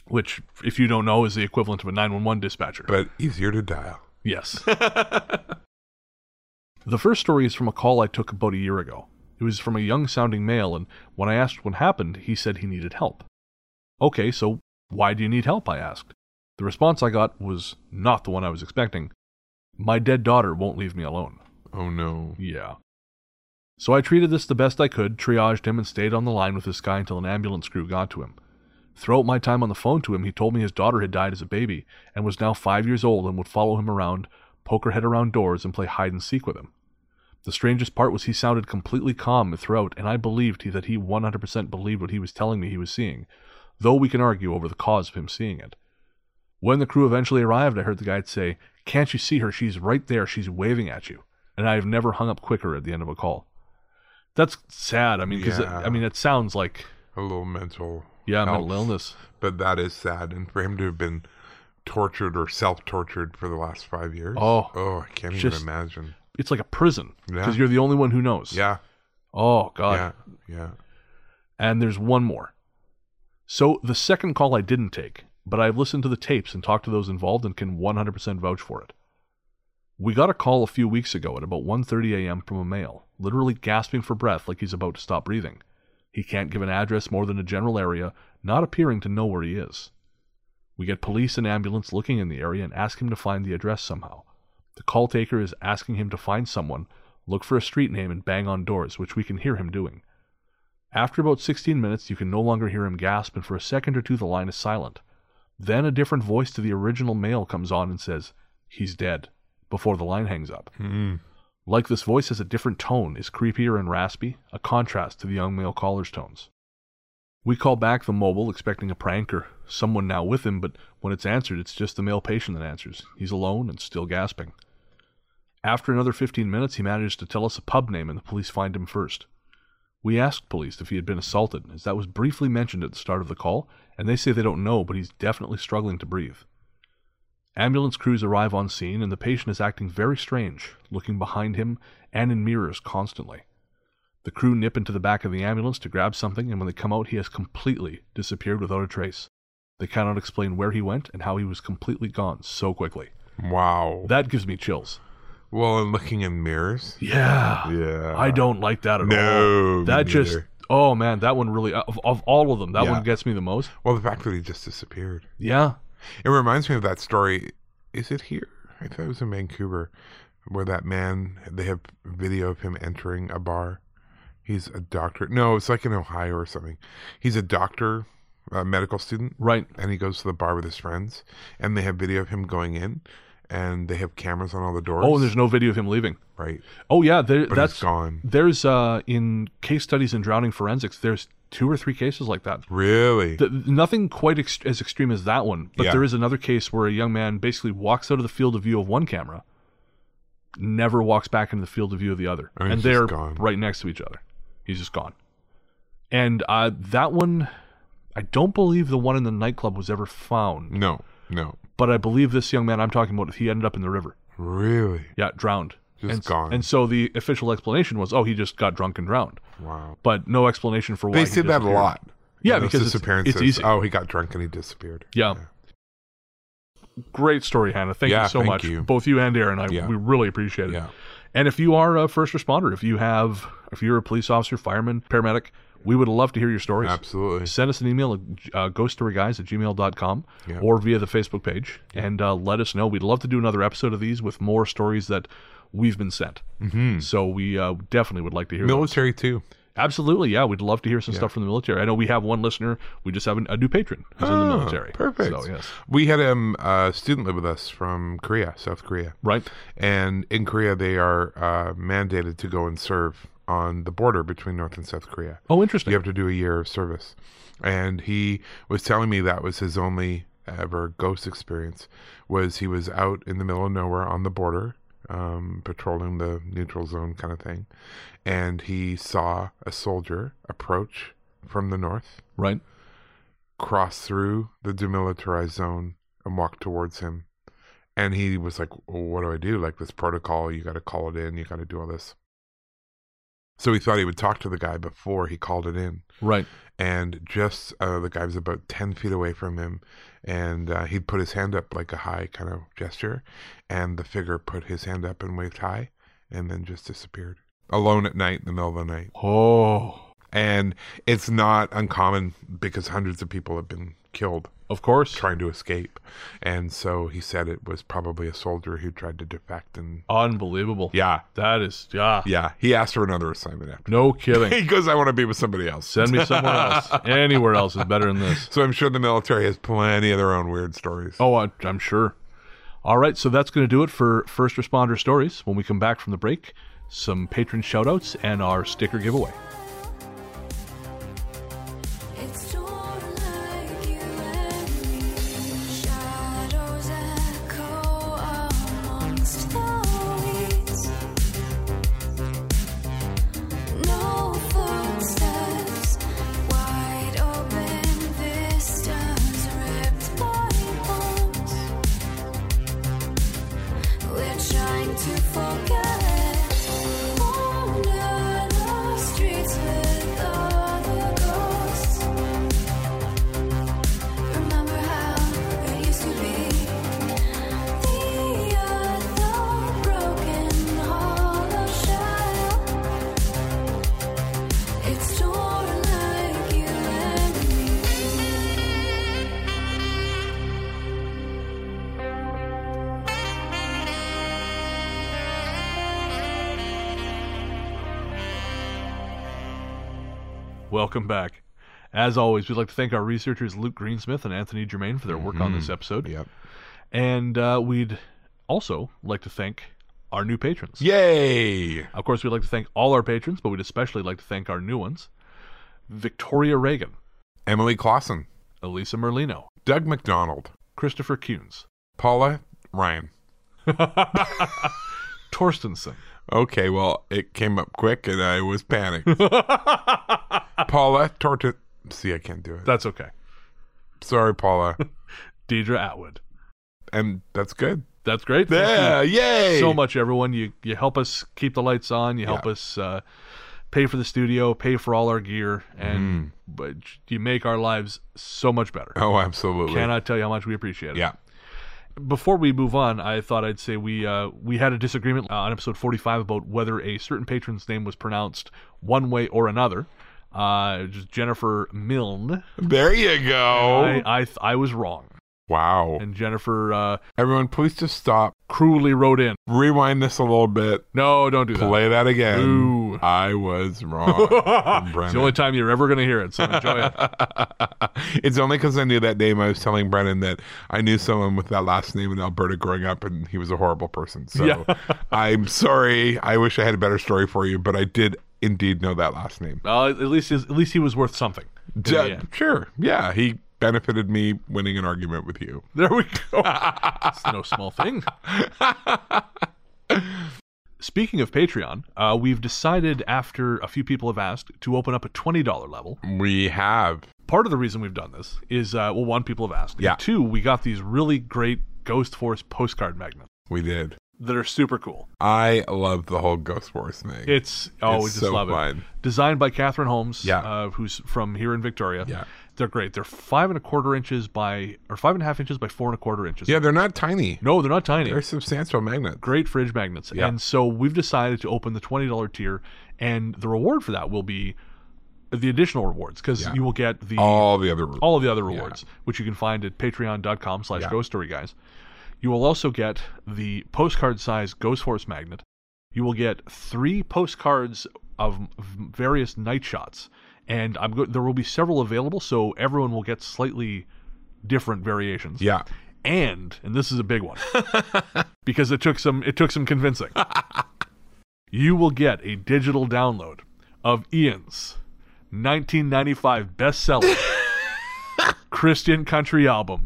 [SPEAKER 1] which if you don't know is the equivalent of a nine one one dispatcher.
[SPEAKER 2] But easier to dial.
[SPEAKER 1] Yes. the first story is from a call I took about a year ago. It was from a young sounding male, and when I asked what happened, he said he needed help. Okay, so why do you need help? I asked. The response I got was not the one I was expecting. My dead daughter won't leave me alone.
[SPEAKER 2] Oh, no.
[SPEAKER 1] Yeah. So I treated this the best I could, triaged him, and stayed on the line with this guy until an ambulance crew got to him. Throughout my time on the phone to him, he told me his daughter had died as a baby and was now five years old and would follow him around, poke her head around doors, and play hide and seek with him. The strangest part was he sounded completely calm throughout, and I believed he, that he 100% believed what he was telling me he was seeing, though we can argue over the cause of him seeing it. When the crew eventually arrived, I heard the guide say, Can't you see her? She's right there. She's waving at you. And I've never hung up quicker at the end of a call. That's sad. I mean, 'cause,
[SPEAKER 2] Yeah.
[SPEAKER 1] I mean, it sounds like,
[SPEAKER 2] A little mental.
[SPEAKER 1] yeah,
[SPEAKER 2] health.
[SPEAKER 1] mental illness.
[SPEAKER 2] But that is sad. And for him to have been tortured or self tortured for the last five years.
[SPEAKER 1] Oh,
[SPEAKER 2] Oh, I can't
[SPEAKER 1] just-
[SPEAKER 2] even imagine.
[SPEAKER 1] It's like a prison
[SPEAKER 2] Yeah.
[SPEAKER 1] because you're the only one who knows.
[SPEAKER 2] Yeah.
[SPEAKER 1] Oh, God.
[SPEAKER 2] Yeah. Yeah.
[SPEAKER 1] And there's one more. So the second call I didn't take, but I've listened to the tapes and talked to those involved and can 100% vouch for it. We got a call a few weeks ago at about 1:30 a.m. from a male, literally gasping for breath like he's about to stop breathing. He can't give an address more than a general area, not appearing to know where he is. We get police and ambulance looking in the area and ask him to find the address somehow. The call taker is asking him to find someone, look for a street name and bang on doors, which we can hear him doing. After about 16 minutes, you can no longer hear him gasp, and for a second or two, the line is silent. Then a different voice to the original male comes on and says, He's dead, before the line hangs up.
[SPEAKER 2] Mm.
[SPEAKER 1] Like this voice has a different tone, is creepier and raspy, a contrast to the young male caller's tones. We call back the mobile, expecting a prank or someone now with him, but when it's answered, it's just the male patient that answers. He's alone and still gasping. After another 15 minutes, he manages to tell us a pub name, and the police find him first. We asked police if he had been assaulted, as that was briefly mentioned at the start of the call, and they say they don't know, but he's definitely struggling to breathe. Ambulance crews arrive on scene, and the patient is acting very strange, looking behind him and in mirrors constantly. The crew nip into the back of the ambulance to grab something, and when they come out, he has completely disappeared without a trace. They cannot explain where he went and how he was completely gone so quickly.
[SPEAKER 2] Wow.
[SPEAKER 1] That gives me chills.
[SPEAKER 2] well, and looking in mirrors.
[SPEAKER 1] Yeah.
[SPEAKER 2] Yeah.
[SPEAKER 1] I don't like that at
[SPEAKER 2] No,
[SPEAKER 1] all.
[SPEAKER 2] me
[SPEAKER 1] That just
[SPEAKER 2] neither.
[SPEAKER 1] oh man, that one really of, of all of them, that
[SPEAKER 2] Yeah.
[SPEAKER 1] one gets me the most.
[SPEAKER 2] Well, the fact that he just disappeared.
[SPEAKER 1] Yeah.
[SPEAKER 2] It reminds me of that story. Is it here? I thought it was in Vancouver, where that man they have video of him entering a bar. He's a doctor. No, it's like in Ohio or something. He's a doctor, a medical student,
[SPEAKER 1] Right.
[SPEAKER 2] and he goes to the bar with his friends, and they have video of him going in, and they have cameras on all the doors.
[SPEAKER 1] Oh, and there's no video of him leaving.
[SPEAKER 2] right,
[SPEAKER 1] Oh yeah, there,
[SPEAKER 2] but
[SPEAKER 1] that's
[SPEAKER 2] he's gone.
[SPEAKER 1] There's uh in case studies in drowning forensics, there's two or three cases like that.
[SPEAKER 2] Really?
[SPEAKER 1] Th nothing quite ex- as extreme as that one, but
[SPEAKER 2] Yeah.
[SPEAKER 1] there is another case where a young man basically walks out of the field of view of one camera, never walks back into the field of view of the other,
[SPEAKER 2] And he's
[SPEAKER 1] and
[SPEAKER 2] just
[SPEAKER 1] they're
[SPEAKER 2] gone.
[SPEAKER 1] right next to each other. He's just gone. And uh, that one, I don't believe the one in the nightclub was ever found,
[SPEAKER 2] no, no.
[SPEAKER 1] but I believe this young man I'm talking about, he ended up in the river.
[SPEAKER 2] Really?
[SPEAKER 1] Yeah, drowned.
[SPEAKER 2] Just
[SPEAKER 1] and,
[SPEAKER 2] gone.
[SPEAKER 1] And so the official explanation was, oh, he just got drunk and drowned
[SPEAKER 2] Wow.
[SPEAKER 1] but no explanation for why
[SPEAKER 2] They
[SPEAKER 1] he
[SPEAKER 2] said that a
[SPEAKER 1] disappeared.
[SPEAKER 2] lot.
[SPEAKER 1] Yeah,
[SPEAKER 2] in those
[SPEAKER 1] because it's-
[SPEAKER 2] disappearances.
[SPEAKER 1] it's easy.
[SPEAKER 2] Oh, he got drunk and he disappeared.
[SPEAKER 1] Yeah. Great story, Hannah. Thank
[SPEAKER 2] Yeah,
[SPEAKER 1] you so
[SPEAKER 2] thank
[SPEAKER 1] much,
[SPEAKER 2] you.
[SPEAKER 1] both you and Aaron. I
[SPEAKER 2] Yeah.
[SPEAKER 1] we really appreciate it.
[SPEAKER 2] Yeah.
[SPEAKER 1] And if you are a first responder, if you have, if you're a police officer, fireman, paramedic, we would love to hear your stories.
[SPEAKER 2] Absolutely.
[SPEAKER 1] Send us an email at uh, ghoststoryguys at gmail.com
[SPEAKER 2] Yeah.
[SPEAKER 1] or via the Facebook page and uh, let us know. We'd love to do another episode of these with more stories that we've been sent. Mm-hmm. So we uh, definitely would like to hear those.
[SPEAKER 2] Military too.
[SPEAKER 1] Absolutely, yeah. We'd love to hear some stuff from the military. I know we have one listener. We just have an, a new patron who's in the
[SPEAKER 2] Ah,
[SPEAKER 1] military.
[SPEAKER 2] Perfect.
[SPEAKER 1] So, yes.
[SPEAKER 2] We had um, a student live with us from Korea, South Korea.
[SPEAKER 1] Right?
[SPEAKER 2] And in Korea, they are uh, mandated to go and serve on the border between North and South Korea.
[SPEAKER 1] Oh, interesting.
[SPEAKER 2] You have to do a year of service. And he was telling me that was his only ever ghost experience was he was out in the middle of nowhere on the border, um, patrolling the neutral zone kind of thing. And he saw a soldier approach from the north
[SPEAKER 1] Right?
[SPEAKER 2] crossed through the demilitarized zone and walked towards him And he was like, well, What do I do? Like, this protocol, you got to call it in, you got to do all this. So he thought he would talk to the guy before he called it in
[SPEAKER 1] Right.
[SPEAKER 2] and just uh, the guy was about 10 feet away from him and uh, he'd put his hand up like a high kind of gesture and the figure put his hand up and waved high and then just disappeared alone at night in the middle of the night
[SPEAKER 1] Oh.
[SPEAKER 2] and it's not uncommon because hundreds of people have been killed
[SPEAKER 1] Of course.
[SPEAKER 2] trying to escape and so he said it was probably a soldier who tried to defect and
[SPEAKER 1] Unbelievable.
[SPEAKER 2] yeah
[SPEAKER 1] That is, yeah.
[SPEAKER 2] yeah he asked for another assignment after
[SPEAKER 1] No kidding.
[SPEAKER 2] he goes i want to be with somebody else
[SPEAKER 1] Send me somewhere else. Anywhere else is better than this.
[SPEAKER 2] so i'm sure the military has plenty of their own weird stories
[SPEAKER 1] Oh, I, I'm sure. All right, so that's going to do it for first responder stories. When we come back from the break, some patron shout outs and our sticker giveaway.
[SPEAKER 3] It's torn like you and me. Shadows echo amongst the weeds. No footsteps, wide open vistas, ripped by bones. We're trying to forget. Wander the streets with other ghosts. Remember how it used to be. The other broken hollow shell. It's torn like you and me.
[SPEAKER 1] Welcome back. As always, we'd like to thank our researchers Luke Greensmith and Anthony Germain for their work on this episode.
[SPEAKER 2] Yep.
[SPEAKER 1] And uh, we'd also like to thank our new patrons.
[SPEAKER 2] Yay!
[SPEAKER 1] Of course, we'd like to thank all our patrons, but we'd especially like to thank our new ones Victoria Reagan,
[SPEAKER 2] Emily Clausen,
[SPEAKER 1] Elisa Merlino,
[SPEAKER 2] Doug McDonald,
[SPEAKER 1] Christopher Kuhns,
[SPEAKER 2] Paula Ryan.
[SPEAKER 1] Torstenson,
[SPEAKER 2] Okay, well, it came up quick and I was panicked. Paula Torta. See, I can't do it.
[SPEAKER 1] That's okay.
[SPEAKER 2] Sorry, Paula.
[SPEAKER 1] Deidre Atwood.
[SPEAKER 2] and that's good.
[SPEAKER 1] That's great. Thank you
[SPEAKER 2] Yeah, yay!
[SPEAKER 1] so much, everyone. You you help us keep the lights on. You help
[SPEAKER 2] Yeah.
[SPEAKER 1] us uh, pay for the studio, pay for all our gear, and but you make our lives so much better.
[SPEAKER 2] Mm. Oh, absolutely.
[SPEAKER 1] Cannot tell you how much we appreciate it.
[SPEAKER 2] Yeah.
[SPEAKER 1] Before we move on, I thought I'd say we uh, we had a disagreement uh, on episode 45 about whether a certain patron's name was pronounced one way or another. Uh, it was Jennifer Milne.
[SPEAKER 2] There you go.
[SPEAKER 1] I, I th- I was wrong,
[SPEAKER 2] wow.
[SPEAKER 1] and Jennifer uh,
[SPEAKER 2] Everyone, please just stop.
[SPEAKER 1] cruelly wrote in.
[SPEAKER 2] Rewind this a little bit.
[SPEAKER 1] No, don't do that.
[SPEAKER 2] Play that again.
[SPEAKER 1] Ooh.
[SPEAKER 2] I was wrong.
[SPEAKER 1] It's
[SPEAKER 2] Brennan.
[SPEAKER 1] the only time you're ever going to hear it, so enjoy it.
[SPEAKER 2] it's only because I knew that name I was telling Brennan that I knew someone with that last name in Alberta growing up, and he was a horrible person. So
[SPEAKER 1] Yeah.
[SPEAKER 2] I'm sorry. I wish I had a better story for you, but I did indeed know that last name.
[SPEAKER 1] Well, Uh, at least his, at least he was worth something. in the
[SPEAKER 2] Ju-
[SPEAKER 1] end.
[SPEAKER 2] sure. Yeah. He benefited me winning an argument with you.
[SPEAKER 1] There we go. it's no small thing. Speaking of Patreon, uh, we've decided after a few people have asked to open up a twenty dollar level.
[SPEAKER 2] We have.
[SPEAKER 1] Part of the reason we've done this is uh, well, one, people have asked. And
[SPEAKER 2] Yeah.
[SPEAKER 1] Two, we got these really great Ghost Force postcard magnets
[SPEAKER 2] We did.
[SPEAKER 1] that are super cool.
[SPEAKER 2] I love the whole Ghost Wars thing.
[SPEAKER 1] It's oh,
[SPEAKER 2] It's
[SPEAKER 1] we just
[SPEAKER 2] so
[SPEAKER 1] love it.
[SPEAKER 2] fun.
[SPEAKER 1] Designed by Catherine Holmes,
[SPEAKER 2] Yeah.
[SPEAKER 1] uh, who's from here in Victoria.
[SPEAKER 2] Yeah.
[SPEAKER 1] they're great. They're five and a quarter inches by or five and a half inches by four and a quarter inches.
[SPEAKER 2] yeah, they're not tiny.
[SPEAKER 1] no, they're not tiny.
[SPEAKER 2] They're substantial magnets.
[SPEAKER 1] great fridge magnets.
[SPEAKER 2] Yeah.
[SPEAKER 1] And so we've decided to open the twenty dollar tier, and the reward for that will be the additional rewards because
[SPEAKER 2] Yeah. Oh,
[SPEAKER 1] you will get the
[SPEAKER 2] All the other
[SPEAKER 1] all of the other rewards, which you can find at patreon.com slash
[SPEAKER 2] Yeah.
[SPEAKER 1] ghost story guys. You will also get the postcard size Ghost Force magnet. You will get three postcards of m- various night shots, and I'm go- there will be several available, so everyone will get slightly different variations.
[SPEAKER 2] Yeah.
[SPEAKER 1] And and this is a big one because it took some it took some convincing. you will get a digital download of Ian's 1995 bestseller Christian country album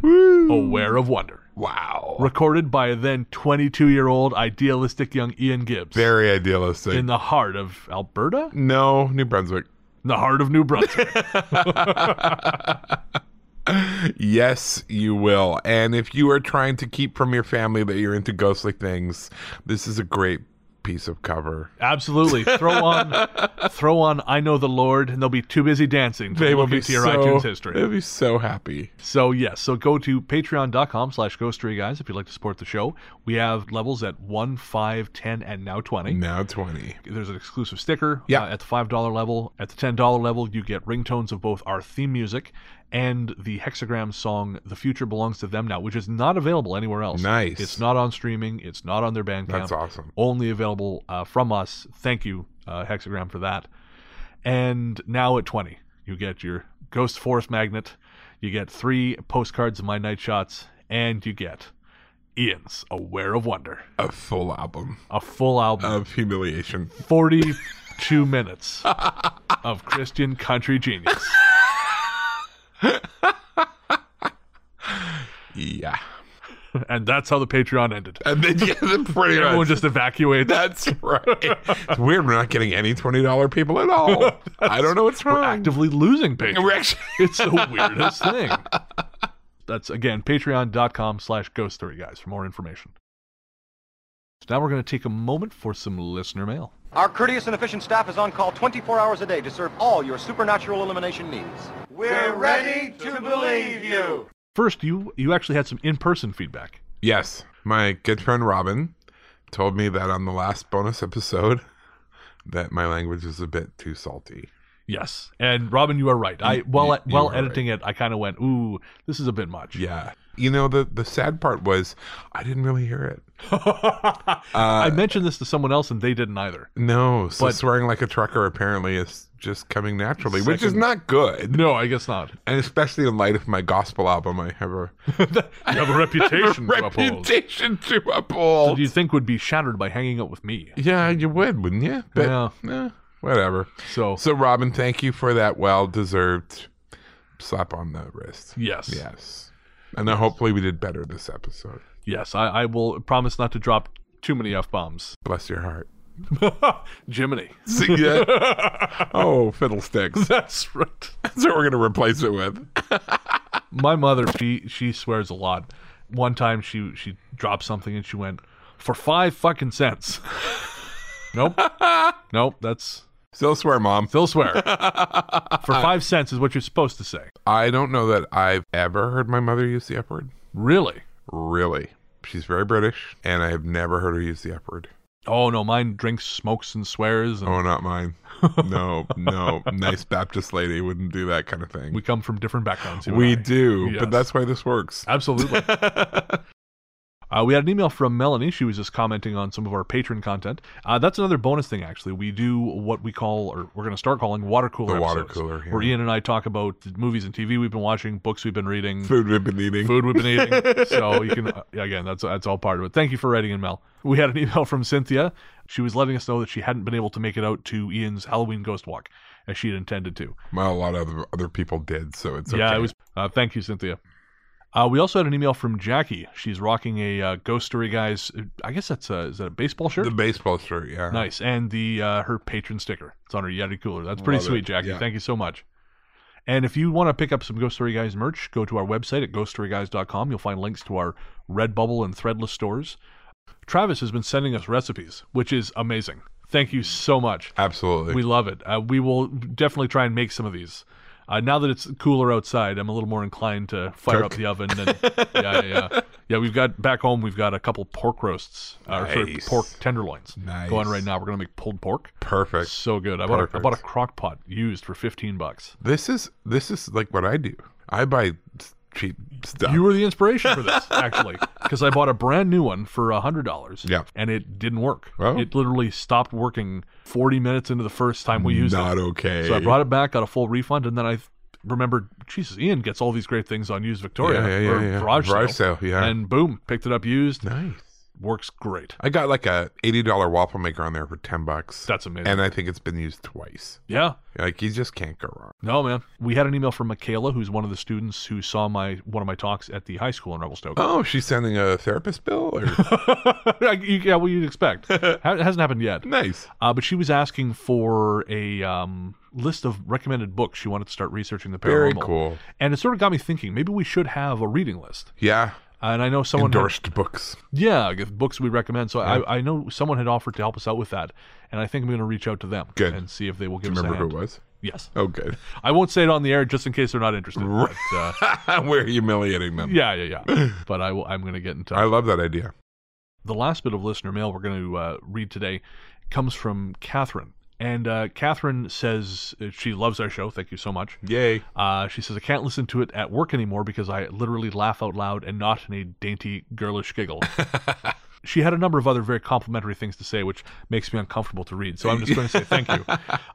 [SPEAKER 1] Aware of Wonder,
[SPEAKER 2] Wow.
[SPEAKER 1] recorded by a then 22-year-old idealistic young Ian Gibbs
[SPEAKER 2] Very idealistic.
[SPEAKER 1] in the heart of Alberta, in
[SPEAKER 2] no, New Brunswick.
[SPEAKER 1] the heart of New Brunswick.
[SPEAKER 2] Yes, you will. And if you are trying to keep from your family that you're into ghostly things, this is a great piece of cover.
[SPEAKER 1] Absolutely. Throw on, throw on. I know the Lord, and they'll be too busy dancing. to
[SPEAKER 2] They will
[SPEAKER 1] look
[SPEAKER 2] be
[SPEAKER 1] into your
[SPEAKER 2] so,
[SPEAKER 1] iTunes history.
[SPEAKER 2] They'll be so happy.
[SPEAKER 1] So yes, so go to patreon.com slash ghostery guys if you'd like to support the show. We have levels at 1, 5, 10, and now 20.
[SPEAKER 2] Now 20.
[SPEAKER 1] There's an exclusive sticker
[SPEAKER 2] Mm.
[SPEAKER 1] uh,
[SPEAKER 2] Yeah.
[SPEAKER 1] at the $5 level. At the $10 level, you get ringtones of both our theme music and the hexagram song The Future Belongs to Them Now, which is not available anywhere else.
[SPEAKER 2] Nice.
[SPEAKER 1] It's not on streaming, it's not on their Bandcamp.
[SPEAKER 2] That's awesome.
[SPEAKER 1] Only available uh, from us. Thank you, uh, Hexagram, for that. And now at 20, you get your Ghost Force magnet, you get three postcards of my night shots, and you get Ian's Aware of Wonder,
[SPEAKER 2] A full album
[SPEAKER 1] a full album,
[SPEAKER 2] of humiliation.
[SPEAKER 1] 42 minutes of Christian country genius.
[SPEAKER 2] Yeah.
[SPEAKER 1] And that's how the Patreon ended.
[SPEAKER 2] And then yeah, then pretty
[SPEAKER 1] Everyone
[SPEAKER 2] much.
[SPEAKER 1] just evacuates.
[SPEAKER 2] That's right. it's weird we're not getting any $20 people at all. I don't know what's wrong.
[SPEAKER 1] We're actively losing patrons.
[SPEAKER 2] We're actually-
[SPEAKER 1] It's the weirdest thing. That's again patreon.com slash ghost story guys for more information. So now we're going to take a moment for some listener mail.
[SPEAKER 4] Our courteous and efficient staff is on call 24 hours a day to serve all your supernatural elimination needs. We're ready to believe you.
[SPEAKER 1] First, you you actually had some in-person feedback.
[SPEAKER 2] Yes. My good friend Robin told me that on the last bonus episode that my language is a bit too salty.
[SPEAKER 1] Yes, and Robin, you are right. I while
[SPEAKER 2] you-
[SPEAKER 1] I-
[SPEAKER 2] you
[SPEAKER 1] while
[SPEAKER 2] are
[SPEAKER 1] editing it, I kind of went, "Ooh, this is a bit much."
[SPEAKER 2] Yeah. You know the the sad part was I didn't really hear it.
[SPEAKER 1] I mentioned this to someone else, and they didn't either.
[SPEAKER 2] No, so
[SPEAKER 1] But-
[SPEAKER 2] swearing like a trucker apparently is just coming naturally, which is
[SPEAKER 1] Second-
[SPEAKER 2] not good.
[SPEAKER 1] No, I guess not.
[SPEAKER 2] And especially in light of my gospel album, I have a
[SPEAKER 1] You have a reputation to uphold that
[SPEAKER 2] reputation to uphold.
[SPEAKER 1] you think would be shattered by hanging out with me.
[SPEAKER 2] yeah, you would, wouldn't you? But,
[SPEAKER 1] Yeah.
[SPEAKER 2] eh, whatever.
[SPEAKER 1] So,
[SPEAKER 2] So, Robin, thank you for that well deserved slap on the wrist.
[SPEAKER 1] yes,
[SPEAKER 2] Yes. And then hopefully we did better this episode.
[SPEAKER 1] yes, I, I will promise not to drop too many f bombs.
[SPEAKER 2] Bless your heart.
[SPEAKER 1] Jiminy,
[SPEAKER 2] See that? oh, fiddlesticks.
[SPEAKER 1] that's right.
[SPEAKER 2] That's what we're going to replace it with.
[SPEAKER 1] My mother, she she swears a lot. One time, she she dropped something and she went for five fucking cents. nope, nope, that's
[SPEAKER 2] Still swear, Mom.
[SPEAKER 1] Still swear. For five cents is what you're supposed to say.
[SPEAKER 2] I don't know that I've ever heard my mother use the F word.
[SPEAKER 1] Really?
[SPEAKER 2] Really. She's very British, and I have never heard her use the F word.
[SPEAKER 1] Oh no, mine drinks, smokes, and swears, and
[SPEAKER 2] Oh, not mine. No, no. nice Baptist lady wouldn't do that kind of thing.
[SPEAKER 1] we come from different backgrounds. you and
[SPEAKER 2] Oh. We
[SPEAKER 1] I.
[SPEAKER 2] do,
[SPEAKER 1] Yes.
[SPEAKER 2] but that's why this works.
[SPEAKER 1] Absolutely. Uh, we had an email from Melanie. She was just commenting on some of our patron content. Uh, that's another bonus thing, actually. We do what we call, or we're going to start calling, water cooler.
[SPEAKER 2] The water
[SPEAKER 1] episodes,
[SPEAKER 2] cooler, yeah.
[SPEAKER 1] Where Ian and I talk about the movies and TV we've been watching, books we've been reading,
[SPEAKER 2] Food we've been eating.
[SPEAKER 1] food we've been eating. so you can uh, again, that's that's all part of it. Thank you for writing in, Mel. We had an email from Cynthia. She was letting us know that she hadn't been able to make it out to Ian's Halloween ghost walk as she had intended to.
[SPEAKER 2] Well, a lot of other- other people did, so it's okay.
[SPEAKER 1] Yeah, it was. Uh, thank you, Cynthia. Uh, we also had an email from Jackie. She's rocking a uh, Ghost Story Guys. I guess that's a is that a baseball shirt?
[SPEAKER 2] the baseball shirt. Yeah.
[SPEAKER 1] Nice. And the uh, her patron sticker. It's on her Yeti cooler. That's pretty
[SPEAKER 2] Love
[SPEAKER 1] sweet,
[SPEAKER 2] it.
[SPEAKER 1] Jackie.
[SPEAKER 2] Yeah.
[SPEAKER 1] Thank you so much. And if you want to pick up some Ghost Story Guys merch, go to our website at ghoststoryguys.com. You'll find links to our Redbubble and Threadless stores. Travis has been sending us recipes, which is amazing. Thank you so much.
[SPEAKER 2] Absolutely.
[SPEAKER 1] We love it. Uh, we will definitely try and make some of these. Uh, now that it's cooler outside, I'm a little more inclined to fire up
[SPEAKER 2] Cook.
[SPEAKER 1] the oven. And, yeah, yeah, yeah. Yeah, we've got back home. We've got a couple pork roasts, uh, or sorry,
[SPEAKER 2] Nice.
[SPEAKER 1] pork tenderloins
[SPEAKER 2] Nice.
[SPEAKER 1] going right now. We're gonna make pulled pork.
[SPEAKER 2] Perfect.
[SPEAKER 1] So good. I bought, a, I
[SPEAKER 2] Perfect.
[SPEAKER 1] bought a crock pot used for 15 bucks.
[SPEAKER 2] This is this is like what I do. I buy s- cheap stuff.
[SPEAKER 1] You were the inspiration for this, actually, because I bought a brand new one for $100.
[SPEAKER 2] Yeah.
[SPEAKER 1] And it didn't work.
[SPEAKER 2] Oh.
[SPEAKER 1] It literally stopped working 40 minutes into the first time we used it.
[SPEAKER 2] Not okay.
[SPEAKER 1] So I brought it back, got a full refund, and then I remembered, Jesus, Ian gets all these great things on used Victoria
[SPEAKER 2] Yeah, yeah, yeah,
[SPEAKER 1] or
[SPEAKER 2] yeah.
[SPEAKER 1] garage,
[SPEAKER 2] Garage sale, yeah.
[SPEAKER 1] and boom, picked it up used.
[SPEAKER 2] nice.
[SPEAKER 1] Works great.
[SPEAKER 2] I got like a eighty dollar waffle maker on there for ten bucks.
[SPEAKER 1] That's amazing.
[SPEAKER 2] and I think it's been used twice.
[SPEAKER 1] yeah.
[SPEAKER 2] Like you just can't go wrong.
[SPEAKER 1] No, man. We had an email from Michaela, who's one of the students who saw my one of my talks at the high school in Revelstoke.
[SPEAKER 2] Oh, she's sending a therapist bill. Or...
[SPEAKER 1] Like, you- yeah, what you'd expect. Ha- it hasn't happened yet.
[SPEAKER 2] nice.
[SPEAKER 1] Uh, but she was asking for a um, list of recommended books. She wanted to start researching the paranormal.
[SPEAKER 2] Very cool.
[SPEAKER 1] And it sort of got me thinking maybe we should have a reading list.
[SPEAKER 2] Yeah.
[SPEAKER 1] And I know someone had-
[SPEAKER 2] Endorsed books.
[SPEAKER 1] Yeah, g- books we recommend. So I, I know someone had offered to help us out with that, and I think I'm going to reach out to them
[SPEAKER 2] Good.
[SPEAKER 1] and see if they will give us
[SPEAKER 2] Remember
[SPEAKER 1] a
[SPEAKER 2] who
[SPEAKER 1] hand.
[SPEAKER 2] it was?
[SPEAKER 1] Yes,
[SPEAKER 2] Oh, good.
[SPEAKER 1] I won't say it on the air just in case they're not interested. but, uh,
[SPEAKER 2] We're humiliating them.
[SPEAKER 1] yeah, yeah, yeah. But I will. I'm going to get in touch.
[SPEAKER 2] I love that idea.
[SPEAKER 1] the last bit of listener mail we're going to uh, read today comes from Catherine, and uh, Catherine says uh, she loves our show. Thank you so much.
[SPEAKER 2] Yay.
[SPEAKER 1] Uh, she says, I can't listen to it at work anymore because I literally laugh out loud and not in a dainty, girlish giggle. she had a number of other very complimentary things to say, which makes me uncomfortable to read. So I'm just going to say thank you.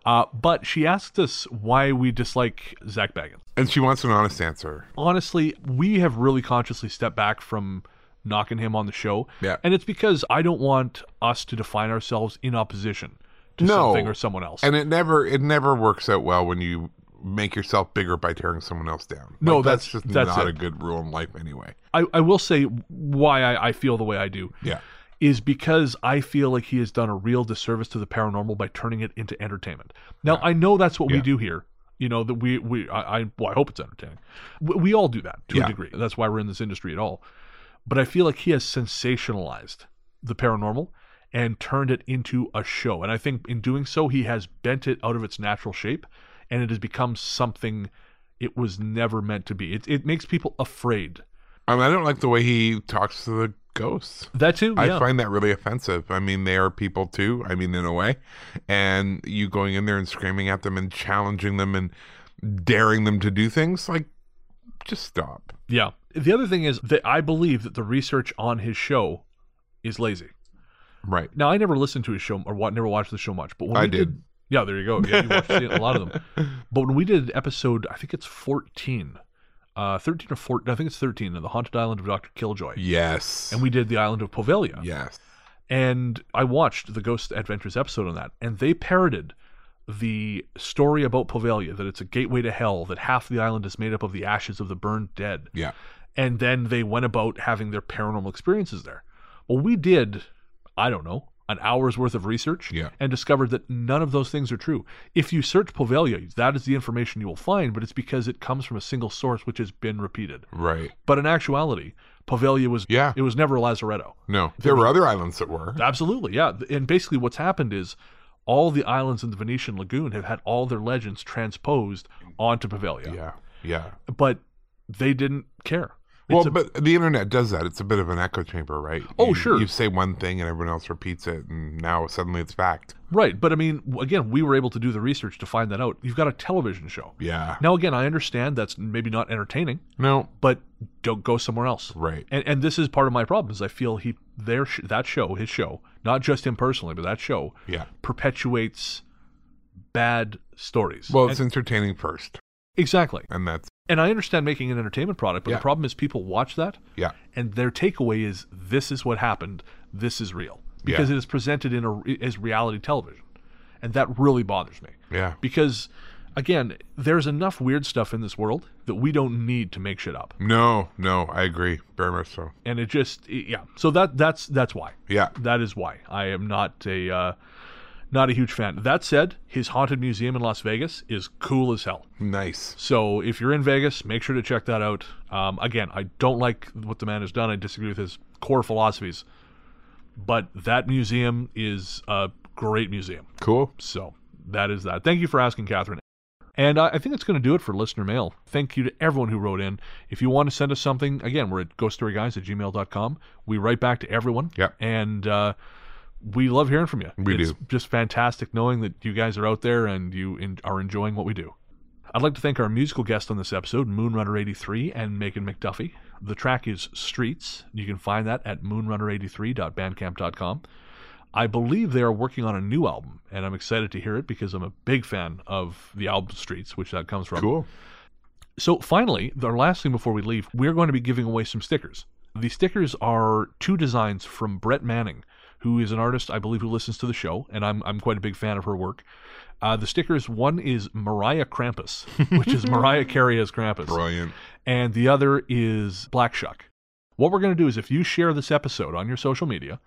[SPEAKER 1] Uh, but she asked us why we dislike Zach Baggins.
[SPEAKER 2] And she wants an honest answer.
[SPEAKER 1] Honestly, we have really consciously stepped back from knocking him on the show.
[SPEAKER 2] Yeah.
[SPEAKER 1] And it's because I don't want us to define ourselves in opposition to
[SPEAKER 2] No.
[SPEAKER 1] something or someone else.
[SPEAKER 2] And it never it never works out well when you make yourself bigger by tearing someone else down.
[SPEAKER 1] No,
[SPEAKER 2] Like,
[SPEAKER 1] that's-
[SPEAKER 2] just
[SPEAKER 1] that's
[SPEAKER 2] not
[SPEAKER 1] it.
[SPEAKER 2] a good rule in life anyway.
[SPEAKER 1] I, I will say why I, I feel the way I do.
[SPEAKER 2] Yeah.
[SPEAKER 1] is because I feel like he has done a real disservice to the paranormal by turning it into entertainment. Now I know that's what we
[SPEAKER 2] Yeah.
[SPEAKER 1] do here. You know that we we I I, well, I hope it's entertaining. We, we all do that to a
[SPEAKER 2] Yeah.
[SPEAKER 1] degree. That's why we're in this industry at all. But I feel like he has sensationalized the paranormal and turned it into a show. And I think in doing so, he has bent it out of its natural shape, and it has become something it was never meant to be. It it makes people afraid.
[SPEAKER 2] I mean, I don't like the way he talks to the ghosts.
[SPEAKER 1] That too.
[SPEAKER 2] I
[SPEAKER 1] yeah.
[SPEAKER 2] find that really offensive. I mean, they are people too. I mean, in a way, and you going in there and screaming at them and challenging them and daring them to do things like, just stop.
[SPEAKER 1] Yeah. The other thing is that I believe that the research on his show is lazy.
[SPEAKER 2] Right.
[SPEAKER 1] Now I never listened to his show or wa- never watched the show much, but when
[SPEAKER 2] I
[SPEAKER 1] we
[SPEAKER 2] did.
[SPEAKER 1] yeah, there you go. Yeah, you watched a lot of them. But when we did episode, I think it's fourteen, uh, thirteen or fourteen. I think it's thirteen of the haunted island of Doctor Killjoy,
[SPEAKER 2] Yes.
[SPEAKER 1] and we did the island of Povelia.
[SPEAKER 2] Yes.
[SPEAKER 1] And I watched the Ghost Adventures episode on that, and they parroted the story about Povelia that it's a gateway to hell, that half the island is made up of the ashes of the burned dead
[SPEAKER 2] Yeah.
[SPEAKER 1] and then they went about having their paranormal experiences there. Well, we did, I don't know, an hour's worth of research
[SPEAKER 2] Yeah.
[SPEAKER 1] and discovered that none of those things are true. If you search Povelia, that is the information you will find, but it's because it comes from a single source which has been repeated.
[SPEAKER 2] Right.
[SPEAKER 1] But in actuality, Povelia was
[SPEAKER 2] Yeah.
[SPEAKER 1] it was never a Lazaretto.
[SPEAKER 2] No, there were other islands that were.
[SPEAKER 1] Ah, Absolutely, yeah. And basically what's happened is all the islands in the Venetian Lagoon have had all their legends transposed onto Povelia.
[SPEAKER 2] Yeah. Yeah.
[SPEAKER 1] But they didn't care. It's
[SPEAKER 2] Well,
[SPEAKER 1] a-
[SPEAKER 2] but the internet does that. It's a bit of an echo chamber, right?
[SPEAKER 1] Oh,
[SPEAKER 2] You-
[SPEAKER 1] sure.
[SPEAKER 2] You say one thing and everyone else repeats it, and now suddenly it's fact.
[SPEAKER 1] Right, but I mean, w- again, we were able to do the research to find that out. You've got a television show.
[SPEAKER 2] Yeah.
[SPEAKER 1] Now, again, I understand that's maybe not entertaining,
[SPEAKER 2] No.
[SPEAKER 1] but don't go somewhere else.
[SPEAKER 2] Right.
[SPEAKER 1] And and this is part of my problem is I feel he their sh- that show his show not just him personally but that show
[SPEAKER 2] Yeah.
[SPEAKER 1] perpetuates bad stories.
[SPEAKER 2] Well,
[SPEAKER 1] And-
[SPEAKER 2] it's entertaining first,
[SPEAKER 1] exactly.
[SPEAKER 2] and that's
[SPEAKER 1] And I understand making an entertainment product, but
[SPEAKER 2] Yeah.
[SPEAKER 1] the problem is people watch that
[SPEAKER 2] yeah.
[SPEAKER 1] and their takeaway is this is what happened. This is real because
[SPEAKER 2] Yeah.
[SPEAKER 1] it is presented in a, as reality television, and that really bothers me
[SPEAKER 2] Yeah.
[SPEAKER 1] because again there's enough weird stuff in this world that we don't need to make shit up
[SPEAKER 2] No, no, I agree very much so.
[SPEAKER 1] and it just it- yeah so that that's that's why
[SPEAKER 2] Yeah.
[SPEAKER 1] that is why i am not a uh, not a huge fan that said his haunted museum in las vegas is cool as hell
[SPEAKER 2] Nice.
[SPEAKER 1] so if you're in vegas make sure to check that out um, again i don't like what the man has done i disagree with his core philosophies but that museum is a great museum
[SPEAKER 2] Cool.
[SPEAKER 1] so that is that. Thank you for asking, Catherine. And I I think that's going to do it for listener mail. Thank you to everyone who wrote in. If you want to send us something, again, we're at ghoststoryguys at gmail.com. We write back to everyone.
[SPEAKER 2] Yep.
[SPEAKER 1] And uh, we love hearing from you.
[SPEAKER 2] We
[SPEAKER 1] it's
[SPEAKER 2] do.
[SPEAKER 1] just fantastic knowing that you guys are out there and you en- are enjoying what we do. I'd like to thank our musical guest on this episode, Moonrunner83 and Megan McDuffie. The track is Streets. You can find that at moonrunner83.bandcamp.com. I believe they are working on a new album, and I'm excited to hear it because I'm a big fan of the album Streets, which that comes from.
[SPEAKER 2] Cool.
[SPEAKER 1] So, finally, the last thing before we leave, we're going to be giving away some stickers. The stickers are two designs from Brett Manning, who is an artist I believe who listens to the show, and I'm I'm quite a big fan of her work. Uh, the stickers one is Mariah Krampus, which is Mariah Carey as Krampus,
[SPEAKER 2] Brilliant.
[SPEAKER 1] and the other is Black Shuck. What we're going to do is if you share this episode on your social media,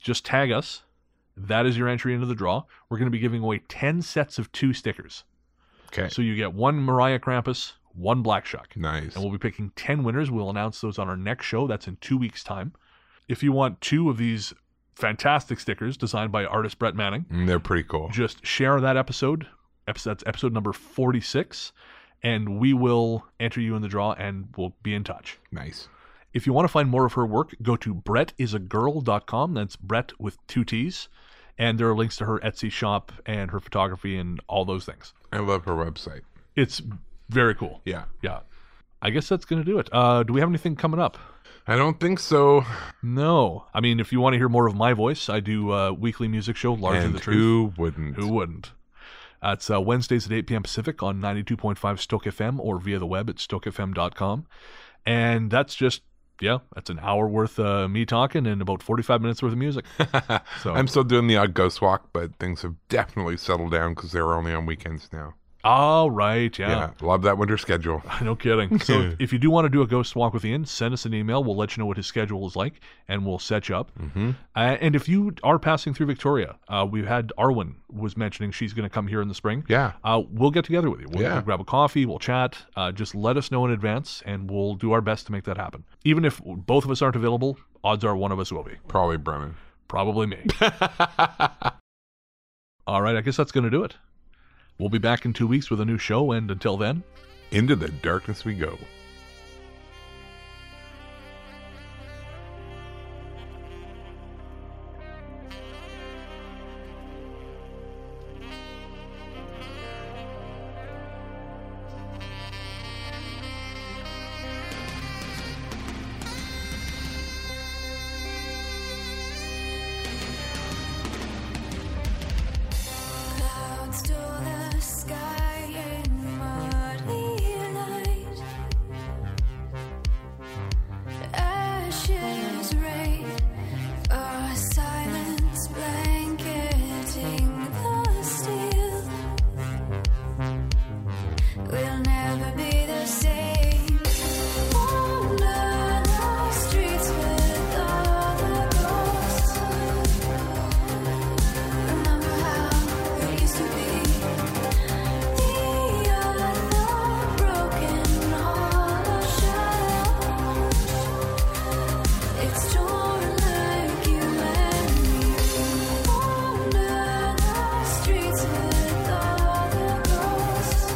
[SPEAKER 1] just tag us. That is your entry into the draw. We're going to be giving away 10 sets of two stickers.
[SPEAKER 2] Okay.
[SPEAKER 1] So you get one Mariah Krampus, one Black Shuck.
[SPEAKER 2] nice.
[SPEAKER 1] And we'll be picking 10 winners. We'll announce those on our next show. That's in two weeks' time. If you want two of these fantastic stickers designed by artist Brett Manning,
[SPEAKER 2] Mm, They're pretty cool.
[SPEAKER 1] just share that episode. Episode- That's episode number 46. And we will enter you in the draw and we'll be in touch.
[SPEAKER 2] Nice.
[SPEAKER 1] If you want to find more of her work, go to brettisagirl.com. That's Brett with two T's. And there are links to her Etsy shop and her photography and all those things.
[SPEAKER 2] I love her website.
[SPEAKER 1] It's very cool.
[SPEAKER 2] Yeah.
[SPEAKER 1] Yeah. I guess that's going to do it. Uh, do we have anything coming up?
[SPEAKER 2] I don't think so.
[SPEAKER 1] No. I mean, if you want to hear more of my voice, I do a weekly music show, Largely
[SPEAKER 2] and
[SPEAKER 1] the Truth.
[SPEAKER 2] who wouldn't?
[SPEAKER 1] Who wouldn't? Uh, it's uh, Wednesdays at 8 p.m. Pacific on 92.5 Stoke FM or via the web at stokefm.com. And that's just, yeah, that's an hour worth uh, me talking and about 45 minutes worth of music. So-
[SPEAKER 2] I'm still doing the odd ghost walk, but things have definitely settled down because they're only on weekends now.
[SPEAKER 1] All right. Yeah.
[SPEAKER 2] Yeah. Love that winter schedule.
[SPEAKER 1] No kidding. So if you do want to do a ghost walk with Ian, send us an email. We'll let you know what his schedule is like, and we'll set you up. Mm-hmm. Uh, and if you are passing through Victoria, uh, we had Arwen was mentioning she's going to come here in the spring.
[SPEAKER 2] Yeah.
[SPEAKER 1] Uh, we'll get together with you. We'll,
[SPEAKER 2] Yeah.
[SPEAKER 1] we'll grab a coffee. We'll chat. Uh, just let us know in advance, and we'll do our best to make that happen. Even if both of us aren't available, odds are one of us will be.
[SPEAKER 2] Probably Brennan.
[SPEAKER 1] Probably me. All right. I guess that's going to do it. We'll be back in two weeks with a new show, and until then.
[SPEAKER 2] Into the darkness we go.
[SPEAKER 3] Clouds to the sky in muddy light. Ashes rain, a silence blanketing the steel. We'll never be the same. Wander the streets with all the ghosts. Remember how it used to be. The other broken, all our shadows. It's torn like you and me. Wander the streets with all the ghosts.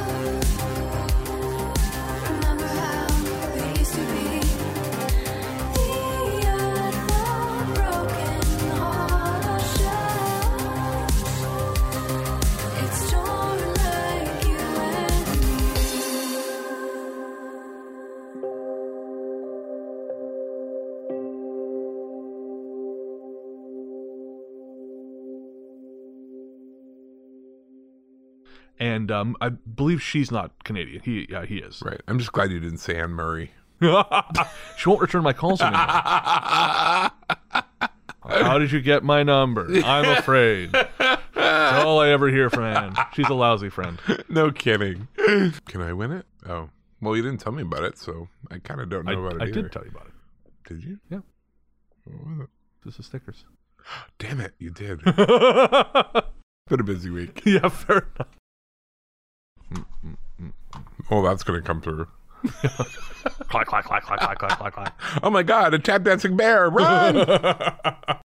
[SPEAKER 3] Remember how it used to be. The other broken, all our shadows. It's torn like you and me.
[SPEAKER 1] and um, I believe she's not Canadian. He uh, he is.
[SPEAKER 2] Right. I'm just glad you didn't say Anne Murray.
[SPEAKER 1] she won't return my calls anymore. How did you get my number? I'm afraid. That's all I ever hear from Anne. She's a lousy friend.
[SPEAKER 2] no kidding. Can I win it? Oh. Well, you didn't tell me about it, so I kind of don't know
[SPEAKER 1] I,
[SPEAKER 2] about it
[SPEAKER 1] I
[SPEAKER 2] either.
[SPEAKER 1] did tell you about it.
[SPEAKER 2] Did you?
[SPEAKER 1] Yeah.
[SPEAKER 2] What was it?
[SPEAKER 1] This is stickers.
[SPEAKER 2] Damn it, you did.
[SPEAKER 1] yeah,
[SPEAKER 2] Been a busy week.
[SPEAKER 1] fair enough.
[SPEAKER 2] Oh, that's gonna come through.
[SPEAKER 1] Clack clack clack clack clack clack clack clack.
[SPEAKER 2] Oh my god, a tap dancing bear, run!